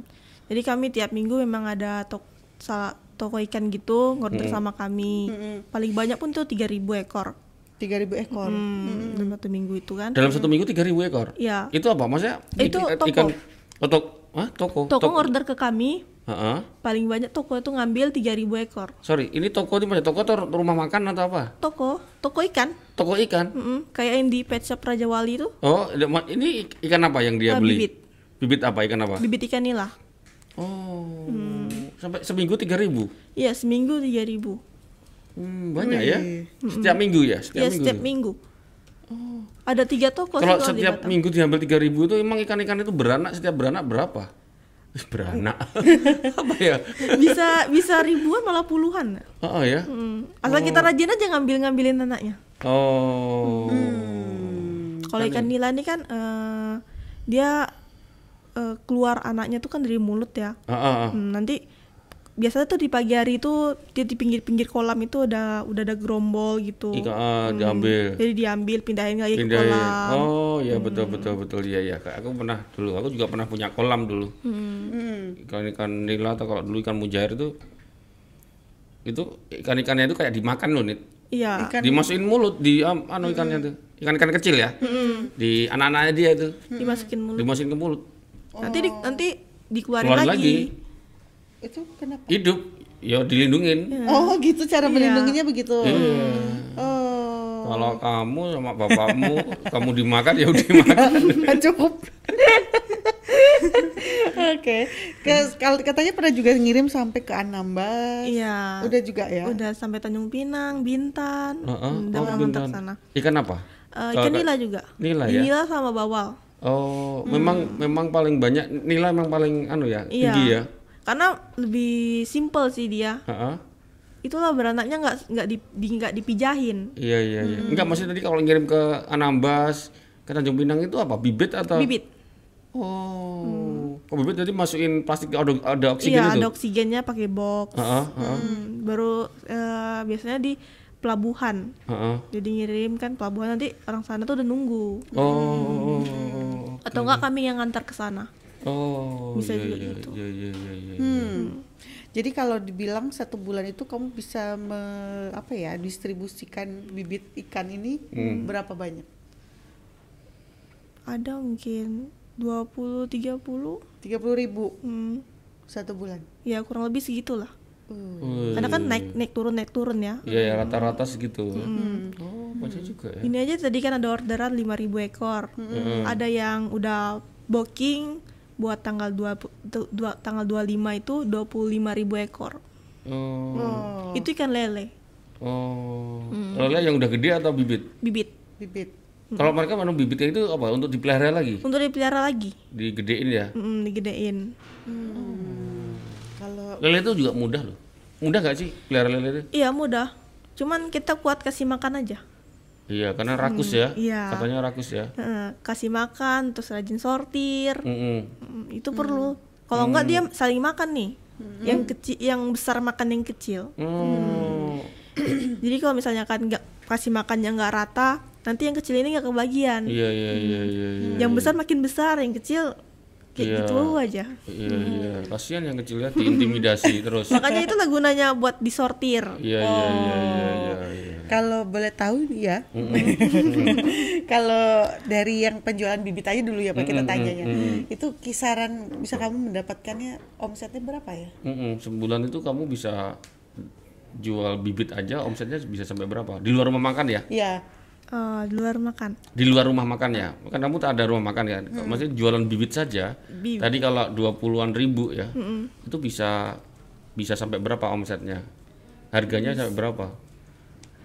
Speaker 1: jadi kami tiap minggu memang ada tok salah toko ikan gitu ngorder sama kami paling banyak pun tuh 3000 ekor
Speaker 3: 3.000 ekor
Speaker 1: hmm. dalam satu minggu itu kan
Speaker 2: Dalam satu minggu 3000 ekor.
Speaker 1: Iya.
Speaker 2: Itu apa maksudnya?
Speaker 1: Itu
Speaker 2: i-
Speaker 1: toko.
Speaker 2: Ikan oh, toko. Hah, toko.
Speaker 1: toko order ke kami
Speaker 2: Heeh.
Speaker 1: paling banyak toko itu ngambil 3000 ekor
Speaker 2: Sorry, ini toko di mana? Toko atau rumah makan atau apa?
Speaker 1: toko toko ikan
Speaker 2: Toko ikan.
Speaker 1: Mm-mm. kayak yang di pet shop Raja Wali itu
Speaker 2: Oh, ada- ma- ini ik- ikan apa yang dia
Speaker 1: Ah,
Speaker 2: beli?
Speaker 1: bibit.
Speaker 2: Bibit apa? Ikan apa?
Speaker 1: bibit Hmm. ikan nila
Speaker 2: Oh. Sampai seminggu 3000.
Speaker 1: iya seminggu 3000
Speaker 2: Hmm, banyak ya. Setiap minggu ya, setiap
Speaker 1: iya
Speaker 2: minggu.
Speaker 1: setiap minggu ada tiga toko sih
Speaker 2: Kalau
Speaker 1: kalau di
Speaker 2: setiap
Speaker 1: Batam.
Speaker 2: minggu diambil 3000 itu emang ikan-ikan itu beranak setiap beranak berapa? Ih, Beranak. apa ya?
Speaker 1: bisa bisa ribuan malah puluhan
Speaker 2: Oh, ya.
Speaker 1: Hmm. asal kita rajin aja ngambil ngambilin anaknya
Speaker 2: Oh.
Speaker 1: Hmm. kalau ikan
Speaker 2: iya.
Speaker 1: nila ini kan eh, dia eh, keluar anaknya tuh kan dari mulut ya
Speaker 2: Ah, ah, ah.
Speaker 1: Hmm, nanti biasanya tuh di pagi hari itu dia di pinggir-pinggir kolam itu udah udah ada gerombol gitu
Speaker 2: Ikan ah, diambil.
Speaker 1: jadi diambil pindahin lagi ke
Speaker 2: Pindahin.
Speaker 1: kolam Hmm.
Speaker 2: Oh, ya betul betul betul iya ya. Kak, Aku pernah dulu, aku juga pernah punya kolam dulu.
Speaker 3: Hmm.
Speaker 2: Ikan-ikan nila atau kalau dulu ikan mujair itu itu ikan-ikannya itu kayak dimakan loh, Nit.
Speaker 1: iya
Speaker 3: Ikan-
Speaker 2: Dimasukin mulut di am-
Speaker 1: Hmm.
Speaker 2: anu ikannya tuh. Ikan-ikan kecil ya. Di anak-anaknya dia itu.
Speaker 1: dimasukin Hmm. mulut
Speaker 2: Dimasukin ke mulut.
Speaker 1: nanti
Speaker 3: Oh.
Speaker 1: di, nanti dikeluarin
Speaker 2: Hmm. Keluar
Speaker 1: lagi,
Speaker 2: lagi.
Speaker 3: itu kenapa
Speaker 2: Hidup. Ya dilindungin.
Speaker 1: Iya.
Speaker 3: oh gitu cara melindunginya begitu oh
Speaker 2: Kalau kamu sama bapakmu kamu dimakan ya udah dimakan.
Speaker 3: Nggak Ah, cukup. Oke. Ke- Kalau katanya pernah juga ngirim sampai ke Anambas.
Speaker 1: iya
Speaker 3: Udah juga ya.
Speaker 1: udah sampai Tanjung Pinang Bintan
Speaker 2: Heeh.
Speaker 1: hmm, udah
Speaker 2: Oh,
Speaker 1: mengantar
Speaker 2: beneran.
Speaker 1: sana
Speaker 2: Ikan apa?
Speaker 1: Eh,
Speaker 2: Kalau
Speaker 1: ikan nila juga
Speaker 2: nila
Speaker 1: Di
Speaker 2: ya?
Speaker 1: nila sama bawal
Speaker 2: Oh, memang memang paling banyak nilai memang paling anu ya,
Speaker 1: Hmm. iya
Speaker 2: tinggi ya.
Speaker 1: karena lebih simple sih dia
Speaker 2: Heeh.
Speaker 1: itulah beranaknya nggak nggak di, di- nggak dipijahin
Speaker 2: Iya iya iya.
Speaker 1: Hmm.
Speaker 2: Enggak maksud tadi kalau ngirim ke Anambas, ke Tanjung Pinang itu apa? Bibit atau
Speaker 1: bibit Hmm.
Speaker 2: Oh. Oh, bibit jadi masukin plastik ada, ada oksigen
Speaker 1: iya
Speaker 2: itu.
Speaker 1: ada oksigennya pakai box
Speaker 2: Heeh, heeh,
Speaker 1: Hmm, baru eh, biasanya di pelabuhan
Speaker 2: heeh.
Speaker 1: jadi ngirim kan pelabuhan nanti orang sana tuh udah nunggu
Speaker 2: Oh. oh, oh,
Speaker 1: atau enggak kami yang ngantar ke sana
Speaker 2: Oh. Oh,
Speaker 1: Bisa
Speaker 2: iya,
Speaker 1: juga
Speaker 2: iya,
Speaker 1: gitu.
Speaker 2: Iya iya iya iya.
Speaker 3: Hmm. Jadi kalau dibilang satu bulan itu kamu bisa me- apa ya distribusikan bibit ikan ini berapa banyak?
Speaker 1: ada mungkin 20 30
Speaker 3: Tiga puluh ribu
Speaker 1: hmm,
Speaker 3: satu bulan.
Speaker 1: ya kurang lebih segitulah
Speaker 3: Uh.
Speaker 2: Oh,
Speaker 1: karena kan naik naik turun naik turun ya
Speaker 2: Iya ya rata-rata segitu. Oh, banyak juga ya.
Speaker 1: Hmm. ini aja tadi kan ada orderan 5000 ekor ada yang udah booking buat tanggal 2, tanggal 25 itu 25.000 ekor
Speaker 2: Oh.
Speaker 1: itu ikan lele
Speaker 2: Oh. Lele yang udah gede atau bibit?
Speaker 1: bibit
Speaker 3: Bibit.
Speaker 2: Kalau mereka menanam bibitnya itu apa? Untuk dipelihara lagi,
Speaker 1: untuk dipelihara lagi
Speaker 2: digedein ya.
Speaker 1: Mm, digedein
Speaker 3: Kalau
Speaker 2: Lele itu juga mudah loh. Mudah gak sih pelihara lele itu?
Speaker 1: iya mudah cuman kita kuat kasih makan aja
Speaker 2: Iya, karena rakus ya.
Speaker 1: iya.
Speaker 2: Katanya rakus ya.
Speaker 1: Heeh, kasih makan terus rajin sortir
Speaker 2: Mm-mm.
Speaker 1: Mm, itu perlu kalau enggak
Speaker 2: Mm.
Speaker 1: dia saling makan nih yang kecil yang besar makan yang kecil
Speaker 2: Hmm.
Speaker 1: jadi kalau misalnya kan nggak kasih makannya nggak rata nanti yang kecil ini nggak kebagian
Speaker 2: Iya, iya, iya, iya, iya.
Speaker 1: yang besar makin besar yang kecil kayak
Speaker 2: Iya.
Speaker 1: gitu aja
Speaker 2: Iya, iya. Kasihan yang kecil ya diintimidasi terus.
Speaker 1: makanya itulah gunanya buat disortir
Speaker 2: Iya, iya, iya, iya, iya, iya.
Speaker 3: Kalau boleh tahu ya. Kalau dari yang penjualan bibit aja dulu ya Pak kita tanyanya. Itu kisaran bisa
Speaker 2: Mm.
Speaker 3: kamu mendapatkannya omsetnya berapa ya?
Speaker 2: Mm-mm, sebulan itu kamu bisa jual bibit aja omsetnya bisa sampai berapa? Di luar rumah makan ya?
Speaker 3: Iya.
Speaker 1: Eh, di luar makan
Speaker 2: Di luar rumah makan ya. Kan kamu tak ada rumah makan ya. Maksudnya jualan bibit saja.
Speaker 1: Bibit.
Speaker 2: Tadi kalau 20-an ribu ya. Itu bisa bisa sampai berapa omsetnya? Harganya sampai berapa?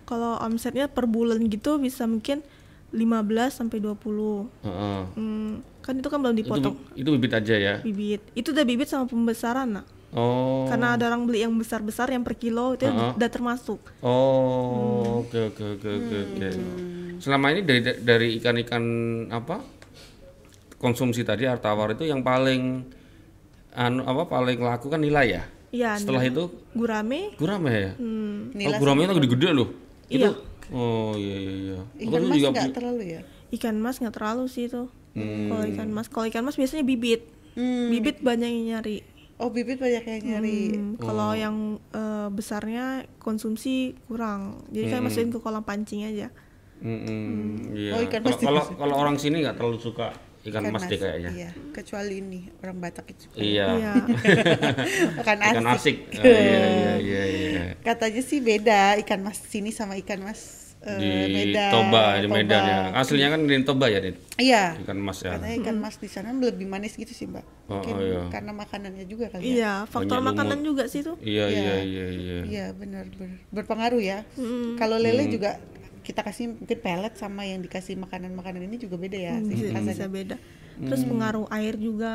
Speaker 1: kalau omsetnya per bulan gitu bisa mungkin 15 sampai 20
Speaker 2: Heeh.
Speaker 1: Hmm, kan itu kan belum
Speaker 2: Itu
Speaker 1: dipotong
Speaker 2: itu bibit aja ya.
Speaker 1: bibit itu udah bibit sama pembesaran nak
Speaker 2: Oh.
Speaker 1: karena ada orang beli yang besar besar yang per kilo itu
Speaker 2: Heeh.
Speaker 1: udah termasuk
Speaker 2: Oh, oke oke oke oke oke. Selama ini dari dari ikan-ikan apa konsumsi tadi hartawar itu yang paling anu apa paling laku kan nilai ya.
Speaker 1: Iya,
Speaker 2: Setelah itu
Speaker 1: gurame hmm,
Speaker 2: gurame ya. Oh,
Speaker 3: Nila
Speaker 2: gurame itu gede-gede loh. Itu oh iya iya iya. Aku
Speaker 3: ikan
Speaker 2: tuh
Speaker 3: mas
Speaker 2: juga
Speaker 3: nggak
Speaker 2: punya-
Speaker 3: terlalu ya?
Speaker 1: ikan mas nggak terlalu sih itu
Speaker 2: Hmm.
Speaker 1: kalau ikan mas kalau ikan mas biasanya bibit
Speaker 3: Hmm.
Speaker 1: bibit banyak yang nyari
Speaker 3: Oh bibit banyak yang nyari.
Speaker 2: Mm.
Speaker 1: Hmm, kalau
Speaker 2: Oh.
Speaker 1: yang eh, besarnya konsumsi kurang jadi
Speaker 2: Hmm.
Speaker 1: saya masukin ke kolam pancing aja
Speaker 2: Mm, mm, iya.
Speaker 3: Oh, ikan
Speaker 2: Kalau-
Speaker 3: mas
Speaker 2: kalau kalau orang sini nggak terlalu suka ikan,
Speaker 3: Ikan
Speaker 2: mas deh kayaknya.
Speaker 3: Iya. Kecuali ini orang Batak itu.
Speaker 2: Iya.
Speaker 1: iya
Speaker 3: Ikan
Speaker 2: Ikan
Speaker 3: asik.
Speaker 2: asik. Ah, iya iya iya iya.
Speaker 3: Katanya sih beda ikan mas sini sama ikan mas eh,
Speaker 2: Di
Speaker 3: Medan.
Speaker 2: Toba di Medan
Speaker 3: Toba.
Speaker 2: ya. Aslinya kan di Toba ya, Din?
Speaker 3: Iya.
Speaker 2: ikan mas ya
Speaker 3: Katanya ikan mas di sana lebih manis gitu sih mbak.
Speaker 2: Oh,
Speaker 3: Mungkin
Speaker 2: oh, iya.
Speaker 3: karena makanannya juga kali. ya?
Speaker 1: iya faktor
Speaker 2: Banyak
Speaker 1: makanan
Speaker 2: lumut.
Speaker 1: juga sih tuh
Speaker 2: iya
Speaker 3: Iya.
Speaker 2: iya iya iya Hmm.
Speaker 3: Iya benar ber- berpengaruh ya. Kalau lele juga kita kasih mungkin pelet sama yang dikasih makanan-makanan ini juga beda ya. sih
Speaker 1: bisa,
Speaker 3: rasanya.
Speaker 1: bisa beda terus
Speaker 2: Hmm.
Speaker 1: pengaruh air juga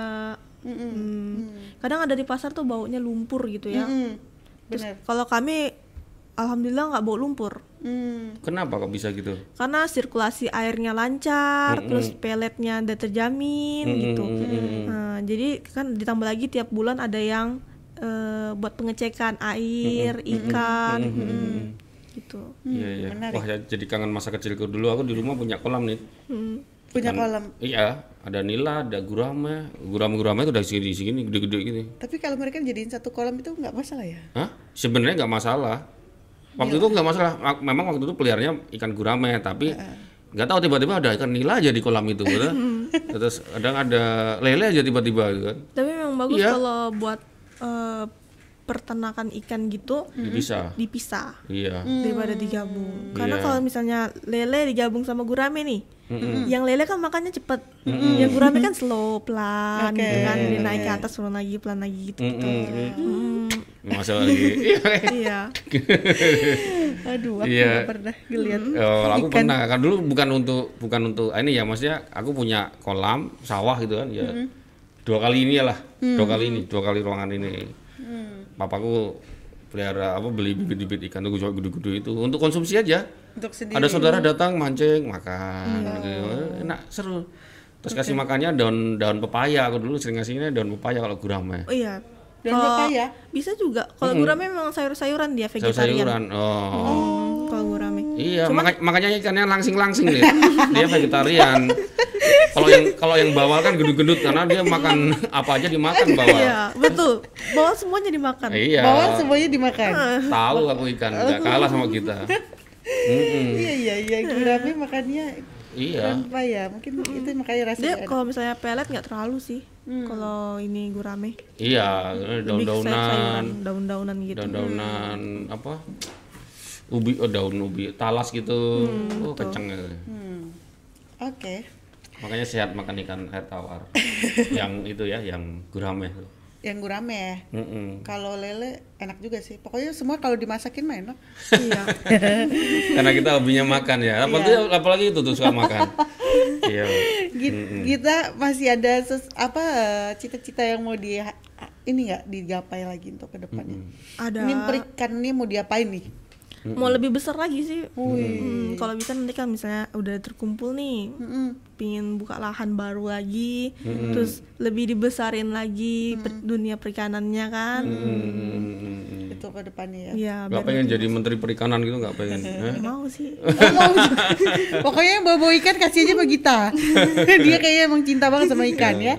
Speaker 1: Hmm. kadang ada di pasar tuh baunya lumpur gitu ya
Speaker 3: Mm, benar.
Speaker 1: kalau kami alhamdulillah nggak bau lumpur
Speaker 3: Mm,
Speaker 2: kenapa kok bisa gitu
Speaker 3: Hmm,
Speaker 1: karena sirkulasi airnya lancar terus peletnya udah terjamin gitu Nah, jadi kan ditambah lagi tiap bulan ada yang eh, buat pengecekan air ikan mm, gitu
Speaker 2: iya iya wah ya, jadi kangen masa kecilku dulu aku di rumah punya kolam nih
Speaker 1: Hmm.
Speaker 3: punya kolam.
Speaker 2: iya ada nila ada gurame gurame gurame itu dari segini segini gede-gede gitu. gini
Speaker 3: Tapi kalau mereka jadiin satu kolam itu nggak masalah ya?
Speaker 2: Hah? sebenarnya nggak masalah waktu itu nggak masalah Ak- memang waktu itu peliharnya ikan gurame tapi nggak tahu tiba-tiba ada ikan nila aja di kolam itu gitu. terus kadang ada lele aja tiba-tiba gitu kan
Speaker 1: tapi memang bagus
Speaker 2: Iya.
Speaker 1: kalau buat eh, pertanakan ikan gitu
Speaker 2: bisa
Speaker 1: dipisah
Speaker 2: iya
Speaker 1: daripada
Speaker 3: Hmm.
Speaker 1: digabung. Karena
Speaker 2: Iya.
Speaker 1: kalau misalnya lele digabung sama gurame nih, yang lele kan makannya cepet, yang gurame kan slow, pelan, gitu kan, dia naik ke atas turun lagi, pelan lagi gitu.
Speaker 2: masalah lagi Iya.
Speaker 1: iya,
Speaker 3: Aduh, aku
Speaker 2: Iya.
Speaker 3: nggak pernah ngeliat.
Speaker 2: Ya, kalau aku pernah kan dulu bukan untuk bukan untuk ah, ini ya maksudnya aku punya kolam sawah gitu kan ya dua kali ini lah dua kali ini dua kali ruangan ini papaku pelihara apa beli bibit-bibit ikan tuh gede gede itu untuk konsumsi aja
Speaker 3: Untuk sendiri.
Speaker 2: ada saudara datang mancing makan
Speaker 1: Iya.
Speaker 2: gitu. enak seru terus kasih makannya daun daun pepaya aku dulu sering ngasihnya daun pepaya kalau gurame
Speaker 1: oh iya.
Speaker 3: Dan ya?
Speaker 1: Kalau-
Speaker 3: pepaya?
Speaker 1: Bisa juga. Kalau gurame memang sayur-sayuran dia vegetarian.
Speaker 2: sayur-sayuran oh.
Speaker 1: Hmm, kalau gurame.
Speaker 2: Iya, maka- makanya ikannya langsing-langsing dia. dia vegetarian. Kalau yang kalau yang bawal kan gedut-gedut karena dia makan apa aja dimakan bawal.
Speaker 1: Iya, betul. Bawa semuanya dimakan.
Speaker 2: Iya.
Speaker 3: Bawang semuanya dimakan.
Speaker 2: Tahu aku ikan nggak kalah sama kita. Mm-mm.
Speaker 3: Iya iya iya. Gurame makannya
Speaker 2: Iya.
Speaker 3: tanpa ya. Mungkin itu makanya rasanya.
Speaker 1: Dia
Speaker 3: enak.
Speaker 1: kalau misalnya pelet nggak terlalu sih.
Speaker 3: Hmm.
Speaker 1: Kalau ini gurame
Speaker 2: Iya,
Speaker 1: lebih ke
Speaker 2: daun-daunan,
Speaker 1: sayur-sayuran, daun-daunan gitu.
Speaker 2: daun-daunan apa? Ubi, oh daun ubi, talas gitu. oh, kenceng. ya.
Speaker 3: Hmm. Oke.
Speaker 2: Makanya sehat makan ikan air tawar. yang itu ya, yang gurame.
Speaker 3: Yang gurame ya.
Speaker 2: Mm-mm.
Speaker 3: Kalau lele enak juga sih. Pokoknya semua kalau dimasakin mah enak.
Speaker 1: iya.
Speaker 2: karena kita hobinya makan ya apalagi apalagi itu tuh suka makan iya
Speaker 3: Gi- Kita masih ada ses- apa eh, cita-cita yang mau di ini nggak digapai lagi untuk kedepannya.
Speaker 1: Ada
Speaker 3: Ini perikan ini mau diapain nih?
Speaker 1: mau lebih besar lagi sih Hmm, kalau bisa nanti kan misalnya udah terkumpul nih
Speaker 3: Mm-mm.
Speaker 1: pingin buka lahan baru lagi terus lebih dibesarin lagi per- dunia perikanannya kan
Speaker 2: Mm-mm.
Speaker 3: Itu kedepannya ya.
Speaker 1: ya
Speaker 2: nggak pengen jadi menteri perikanan gitu nggak pengen Hah?
Speaker 1: mau sih
Speaker 3: Oh, mau juga. Pokoknya yang bawa ikan kasih aja sama kita. Dia kayaknya emang cinta banget sama ikan ya.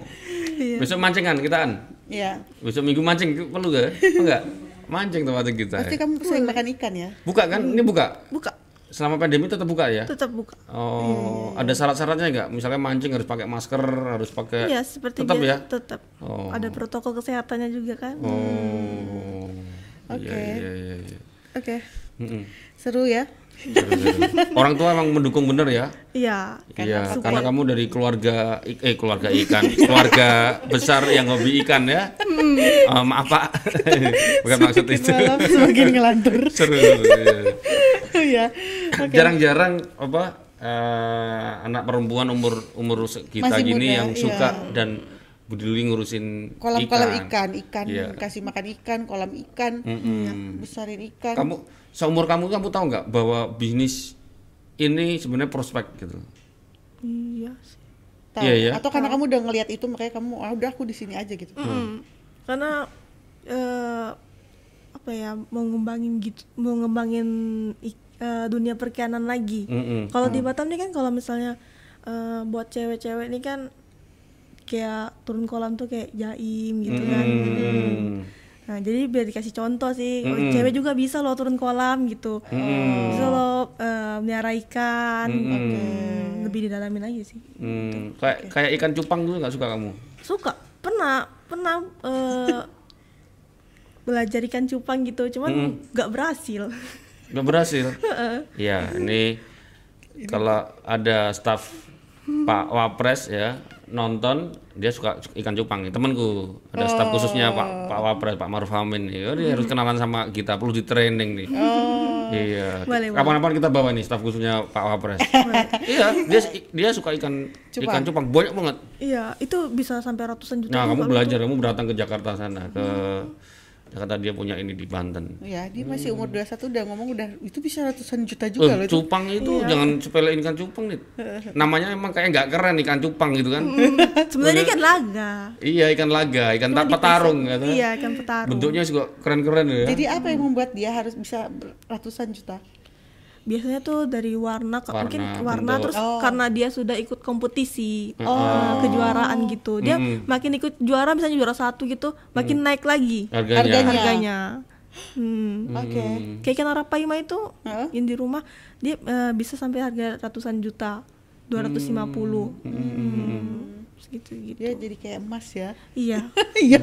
Speaker 2: besok mancing kan kita kan
Speaker 3: Iya.
Speaker 2: besok minggu mancing perlu gak enggak mancing tempat kita
Speaker 3: Pasti kamu sering makan ikan ya.
Speaker 2: buka kan ini buka
Speaker 1: buka
Speaker 2: selama pandemi tetap buka ya?
Speaker 1: tetap buka
Speaker 2: Oh, ada syarat-syaratnya nggak? Misalnya mancing harus pakai masker, harus pakai
Speaker 1: ya seperti
Speaker 2: Iya. tetap
Speaker 1: biasa-
Speaker 2: ya.
Speaker 1: tetap
Speaker 2: Oh.
Speaker 1: ada protokol kesehatannya juga kan
Speaker 2: Oh.
Speaker 3: Oke.
Speaker 2: Iya, iya, iya, iya.
Speaker 3: Oke.
Speaker 2: Mm-mm.
Speaker 3: Seru ya.
Speaker 2: Seru, seru. Orang tua emang mendukung bener ya?
Speaker 1: iya
Speaker 2: Iya, karena kamu dari keluarga ik- eh keluarga ikan, keluarga besar yang hobi ikan ya. Eh, maaf Pak. Bukan maksud
Speaker 3: Makin
Speaker 2: itu.
Speaker 3: malam semakin ngelantur.
Speaker 2: Seru. seru, iya.
Speaker 3: ya. Oke.
Speaker 2: Jarang-jarang apa eh, anak perempuan umur umur se- kita
Speaker 3: Masih
Speaker 2: gini
Speaker 3: muda,
Speaker 2: yang
Speaker 3: iya.
Speaker 2: suka dan Budi Lili ngurusin
Speaker 3: Kolam-kolam ikan, ikan,
Speaker 2: Iya. Hmm.
Speaker 3: kasih makan ikan, kolam ikan, besarin ikan.
Speaker 2: Kamu seumur kamu kamu tahu nggak bahwa bisnis ini sebenarnya prospek gitu.
Speaker 1: iya sih
Speaker 3: Tahu.
Speaker 2: Iya, iya.
Speaker 3: Atau karena kamu udah ngelihat itu makanya kamu ah udah aku di sini aja gitu.
Speaker 2: Hmm.
Speaker 1: Mm. karena eh, apa ya mau ngembangin gitu mau ngembangin ik- eh, dunia perikanan lagi
Speaker 2: Mm-mm.
Speaker 1: kalau di Batam nih kan kalau misalnya eh, buat cewek-cewek nih kan kayak turun kolam tuh kayak jaim gitu kan
Speaker 2: Hmm.
Speaker 1: Nah, jadi biar dikasih contoh sih, oh,
Speaker 2: Mm-mm.
Speaker 1: cewek juga bisa loh turun kolam gitu.
Speaker 2: Hmm.
Speaker 1: Bisa loh eh, melihara ikan, Hmm, lebih didalamin aja sih.
Speaker 2: Hmm, kayak kayak ikan cupang dulu nggak suka kamu?
Speaker 1: Suka, pernah, pernah eh, belajar ikan cupang gitu,
Speaker 2: Hmm.
Speaker 1: cuman nggak berhasil.
Speaker 2: Nggak berhasil. Iya, ini kalau ada staff Pak Wapres ya nonton dia suka ikan cupang temanku ada staff
Speaker 1: Oh.
Speaker 2: khususnya Pak Pak Wapres Pak Maruf Amin ya, dia harus kenalan sama kita perlu di training nih iya
Speaker 1: Oh. Boleh, boleh.
Speaker 2: kapan-kapan kita bawa nih staff khususnya Pak Wapres iya dia dia suka ikan ikan cupang banyak banget
Speaker 1: Iya, itu bisa sampai ratusan juta. gitu.
Speaker 2: nah
Speaker 1: juga
Speaker 2: kamu
Speaker 1: loh.
Speaker 2: belajar kamu datang ke Jakarta sana ke Jakarta dia punya ini di Banten
Speaker 3: Ya, dia masih
Speaker 2: Hmm.
Speaker 3: umur 21 udah ngomong udah itu bisa ratusan juta
Speaker 2: Eh,
Speaker 3: juga loh itu.
Speaker 2: cupang itu jangan sepelein ikan cupang nih. Namanya emang kayak nggak keren ikan cupang gitu kan.
Speaker 1: Sebenarnya ikan laga.
Speaker 2: iya ikan laga, ikan tanpa tarung gitu. kan.
Speaker 1: Iya, ikan petarung.
Speaker 2: Bentuknya juga keren-keren ya.
Speaker 3: Jadi apa yang membuat dia harus bisa ber- ratusan juta?
Speaker 1: biasanya tuh dari warna, Kak. mungkin
Speaker 2: Warna,
Speaker 1: warna
Speaker 2: bentuk.
Speaker 1: terus
Speaker 2: Oh.
Speaker 1: karena dia sudah ikut kompetisi eh, kejuaraan gitu dia makin ikut juara misalnya juara satu gitu makin
Speaker 2: Mm.
Speaker 1: naik lagi
Speaker 2: Harganya.
Speaker 3: Harganya.
Speaker 1: harganya hmm.
Speaker 3: Oke.
Speaker 1: kayak ikan arapaima itu
Speaker 3: Heeh.
Speaker 1: yang di rumah dia eh, bisa sampai harga ratusan juta 250
Speaker 2: Mm.
Speaker 1: Hmm. segitu gitu
Speaker 3: Dia jadi kayak emas ya.
Speaker 1: iya
Speaker 3: Iya.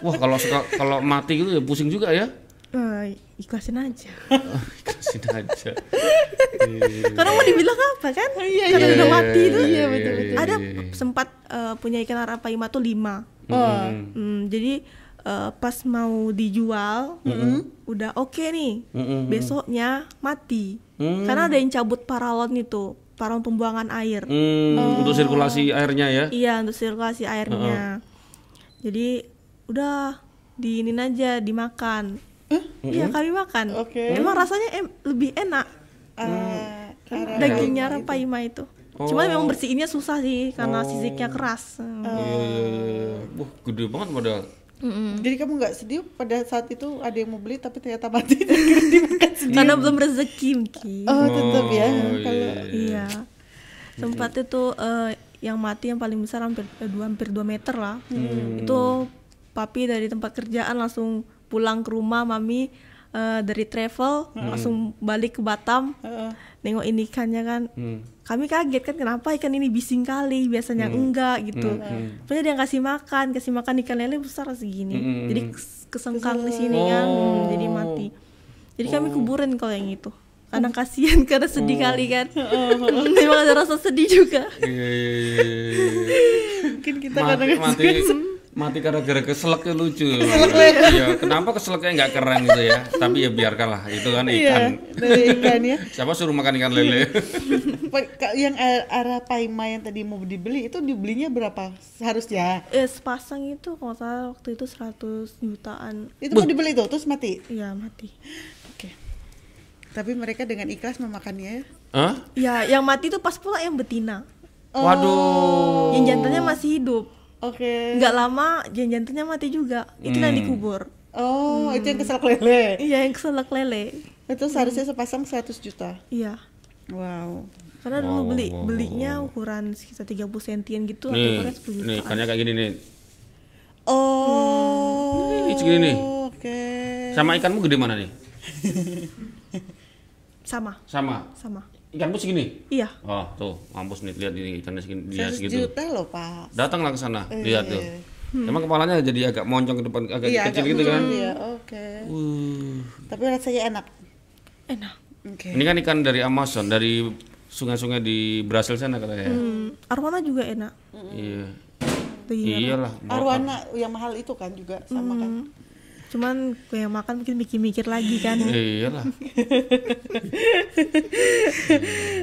Speaker 2: Wah, kalau suka- kalau mati gitu ya pusing juga ya.
Speaker 1: Eh, ikhlasin aja
Speaker 2: Kasih aja.
Speaker 1: karena mau dibilang apa kan karena
Speaker 2: iya,
Speaker 1: udah
Speaker 2: iya,
Speaker 1: mati
Speaker 2: iya,
Speaker 1: itu
Speaker 2: iya, betul, iya, betul.
Speaker 1: Gitu. ada
Speaker 2: iya.
Speaker 1: sempat eh, punya ikan arapaima tuh lima
Speaker 3: Wah.
Speaker 1: Hmm, jadi eh, pas mau dijual, udah oke nih.
Speaker 2: Mm-mm.
Speaker 1: Besoknya mati.
Speaker 2: Hmm.
Speaker 1: Karena ada yang cabut paralon itu, paralon pembuangan air.
Speaker 2: Hmm, untuk sirkulasi airnya ya.
Speaker 1: Iya, untuk sirkulasi airnya. Jadi udah diinin aja dimakan. Iya, kami makan.
Speaker 3: Oke.
Speaker 1: Emang rasanya em- lebih enak
Speaker 3: Ah, arah-
Speaker 1: dagingnya rapaima itu.
Speaker 2: Oh.
Speaker 1: Cuman memang bersihinnya susah sih karena sisiknya keras. Hmm.
Speaker 2: Iya, iya, iya. Wah, gede banget padahal.
Speaker 3: Jadi kamu nggak sedih pada saat itu ada yang mau beli tapi ternyata mati Dikira dimakan sendiri.
Speaker 1: Karena belum rezeki mungkin.
Speaker 3: Oh, tetap ya.
Speaker 2: Oh,
Speaker 3: Kalau
Speaker 2: iya.
Speaker 1: Iya. Sempat itu eh, yang mati yang paling besar hampir eh, dua hampir 2 meter lah. Itu papi dari tempat kerjaan langsung pulang ke rumah, mami eh, dari travel langsung balik ke Batam. Nengok ini ikannya kan.
Speaker 2: Hmm.
Speaker 1: Kami kaget kan kenapa ikan ini bising kali, biasanya enggak gitu.
Speaker 2: Hmm,
Speaker 1: Pokoknya dia yang kasih makan, kasih makan ikan lele besar segini.
Speaker 2: Hmm. Oh.
Speaker 1: Jadi kes- kesengkang di sini kan, hmm, jadi mati. Jadi kami kuburin kalau yang itu. Karena kasihan karena
Speaker 2: Oh.
Speaker 1: sedih kali kan. Memang ada rasa sedih juga.
Speaker 2: Iya, iya, iya, iya, iya.
Speaker 3: mungkin kita
Speaker 2: mati,
Speaker 3: kadang
Speaker 2: mati, mati karena gara keselaknya lucu.
Speaker 3: ya.
Speaker 2: Iya, kenapa keselaknya nggak keren gitu ya? Tapi ya biarkanlah, itu kan
Speaker 3: Iya,
Speaker 2: ikan.
Speaker 3: dari ikan ya.
Speaker 2: Siapa suruh makan ikan lele?
Speaker 3: Pa- ka- yang a- arah paima yang tadi mau dibeli itu dibelinya berapa seharusnya?
Speaker 1: Eh sepasang itu kalau nggak salah waktu itu 100 jutaan.
Speaker 3: Itu mau dibeli tuh terus mati.
Speaker 1: Ya mati.
Speaker 3: Oke. Tapi mereka dengan ikhlas memakannya.
Speaker 2: Hah?
Speaker 1: Ya yang mati itu pas pula yang betina.
Speaker 3: Oh.
Speaker 2: Waduh.
Speaker 1: Yang jantannya masih hidup.
Speaker 3: Oke.
Speaker 1: Nggak lama yang jantannya mati juga. Itu
Speaker 2: Hmm.
Speaker 1: yang dikubur.
Speaker 3: Oh, itu yang kesel lele.
Speaker 1: Iya yang keselak lele.
Speaker 3: Itu seharusnya sepasang 100 juta.
Speaker 1: Iya.
Speaker 3: Wow.
Speaker 1: Karena dulu
Speaker 2: Wow,
Speaker 1: beli
Speaker 2: wow, wow,
Speaker 1: belinya ukuran sekitar 30 sentian gitu atau
Speaker 2: Nih,
Speaker 1: ukuran 10
Speaker 2: nih kan.
Speaker 1: jutaan.
Speaker 2: ikannya kayak gini nih.
Speaker 3: Oh.
Speaker 2: Hmm. Ini segini nih.
Speaker 3: Oke.
Speaker 2: Sama ikanmu gede mana nih?
Speaker 1: sama
Speaker 2: Sama.
Speaker 1: sama
Speaker 2: Ikan pun segini.
Speaker 1: iya
Speaker 2: Oh, tuh, mampus nih lihat ini ikannya segini, dia Iya,
Speaker 3: 100
Speaker 2: segitu.
Speaker 3: juta loh pak
Speaker 2: Datanglah ke sana,
Speaker 3: Eh. Hmm.
Speaker 2: lihat tuh. Emang kepalanya jadi agak moncong ke depan, agak kecil gitu kan.
Speaker 3: iya oke
Speaker 2: Uh,
Speaker 3: tapi rasanya enak
Speaker 1: enak
Speaker 3: oke
Speaker 2: Ini kan ikan dari Amazon, dari sungai-sungai di Brasil sana katanya.
Speaker 1: hmm, arwana juga enak
Speaker 2: Iya.
Speaker 1: Iya.
Speaker 2: Iyalah.
Speaker 3: arwana yang mahal itu kan juga sama kan
Speaker 1: cuman kayak makan mungkin mikir-mikir lagi kan
Speaker 2: Iyalah.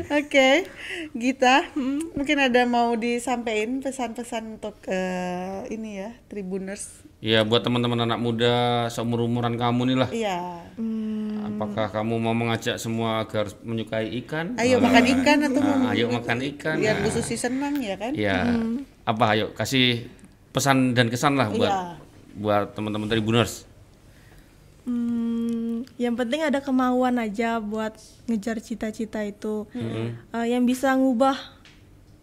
Speaker 3: oke Gita mm, mungkin ada mau disampaikan pesan-pesan untuk eh, ini ya tribuners
Speaker 2: Ya buat teman-teman anak muda seumur umuran kamu nih lah.
Speaker 3: iya
Speaker 2: Apakah kamu mau mengajak semua agar menyukai ikan?
Speaker 3: ayo makan ikan atau
Speaker 2: Ah,
Speaker 3: mau
Speaker 2: ayo makan ikan. Nah,
Speaker 3: biar Bu Susi senang ya kan
Speaker 2: Ya. Apa ayo kasih pesan dan kesan lah buat
Speaker 3: Iya.
Speaker 2: buat teman-teman tribuners.
Speaker 1: Hmm, yang penting ada kemauan aja buat ngejar cita-cita itu.
Speaker 2: Hmm.
Speaker 1: Eh, yang bisa ngubah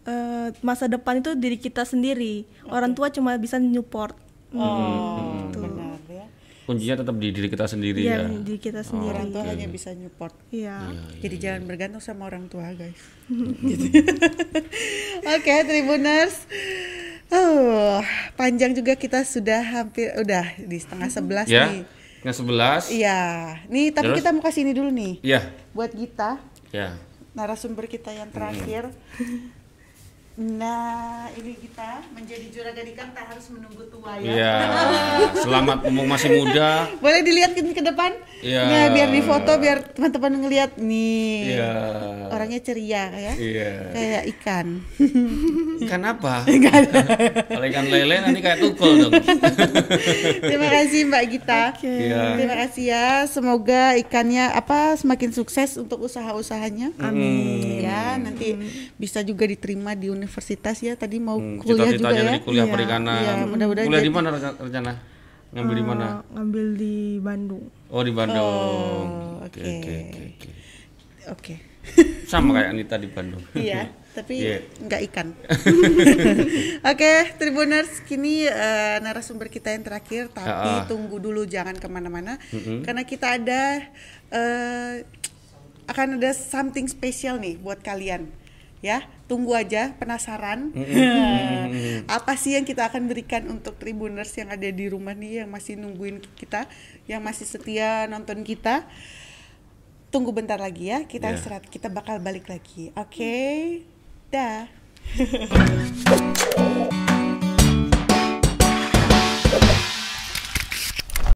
Speaker 1: eh, masa depan itu diri kita sendiri. Orang tua cuma bisa support. Hmm.
Speaker 3: oh benar ya
Speaker 2: Kuncinya tetap di diri kita sendiri
Speaker 1: Iya,
Speaker 2: ya.
Speaker 1: diri kita
Speaker 3: orang
Speaker 1: sendiri.
Speaker 3: tua hanya
Speaker 2: gitu.
Speaker 3: bisa nyupport
Speaker 2: Oh,
Speaker 1: Iya.
Speaker 3: jadi jangan bergantung sama orang tua guys Gitu. oke tribuners Oh, panjang juga kita sudah hampir udah di setengah sebelas
Speaker 2: Ya.
Speaker 3: nih
Speaker 2: Yang sebelas.
Speaker 3: Iya, nih tapi
Speaker 2: Terus?
Speaker 3: kita mau kasih ini dulu nih
Speaker 2: Iya.
Speaker 3: buat Gita,
Speaker 2: Ya.
Speaker 3: narasumber kita
Speaker 2: Hmm.
Speaker 3: yang terakhir. Nah, ini kita menjadi juragan ikan tak harus menunggu tua ya.
Speaker 2: Iya. Selamat mumpung masih muda.
Speaker 3: Boleh dilihatin ke depan?
Speaker 2: Iya.
Speaker 3: Nah, biar di foto biar teman-teman ngelihat nih.
Speaker 2: Iya.
Speaker 3: Orangnya ceria ya.
Speaker 2: Iya.
Speaker 3: Kayak ikan.
Speaker 2: Ikan Kan apa? Kalau ikan lele nanti kayak tukul dong.
Speaker 3: Terima kasih Mbak Gita.
Speaker 2: Iya.
Speaker 3: Terima kasih ya. Semoga ikannya apa semakin sukses untuk usaha-usahanya.
Speaker 2: Hmm.
Speaker 3: Amin. Ya, nanti bisa juga diterima di universitas ya. Tadi mau kuliah juga
Speaker 2: Cita-citanya
Speaker 3: ya.
Speaker 2: di Hmm, kuliah
Speaker 1: Iya.
Speaker 2: perikanan.
Speaker 3: Iya, mudah-mudahan
Speaker 2: kuliah di
Speaker 3: jadi-
Speaker 2: mana reca- rencana? Ngambil di mana?
Speaker 1: Eh, ngambil di Bandung.
Speaker 2: Oh di Bandung.
Speaker 3: Oh,
Speaker 2: Oke,
Speaker 3: oke.
Speaker 2: oke, oke, oke.
Speaker 3: Oke.
Speaker 2: Sama kayak Anita di Bandung.
Speaker 3: Iya, tapi
Speaker 2: Iya.
Speaker 3: nggak ikan. Oke, Tribuners, kini eh, narasumber kita yang terakhir, tapi
Speaker 2: Ah, ah.
Speaker 3: tunggu dulu jangan kemana-mana, karena kita ada eh, akan ada something spesial nih buat kalian, ya. Tunggu aja, penasaran. Apa sih yang kita akan berikan untuk Tribuners yang ada di rumah nih, yang masih nungguin kita, yang masih setia nonton kita? Tunggu bentar lagi ya, kita
Speaker 2: Iya.
Speaker 3: istirahat. Kita bakal balik lagi. Oke. Dah.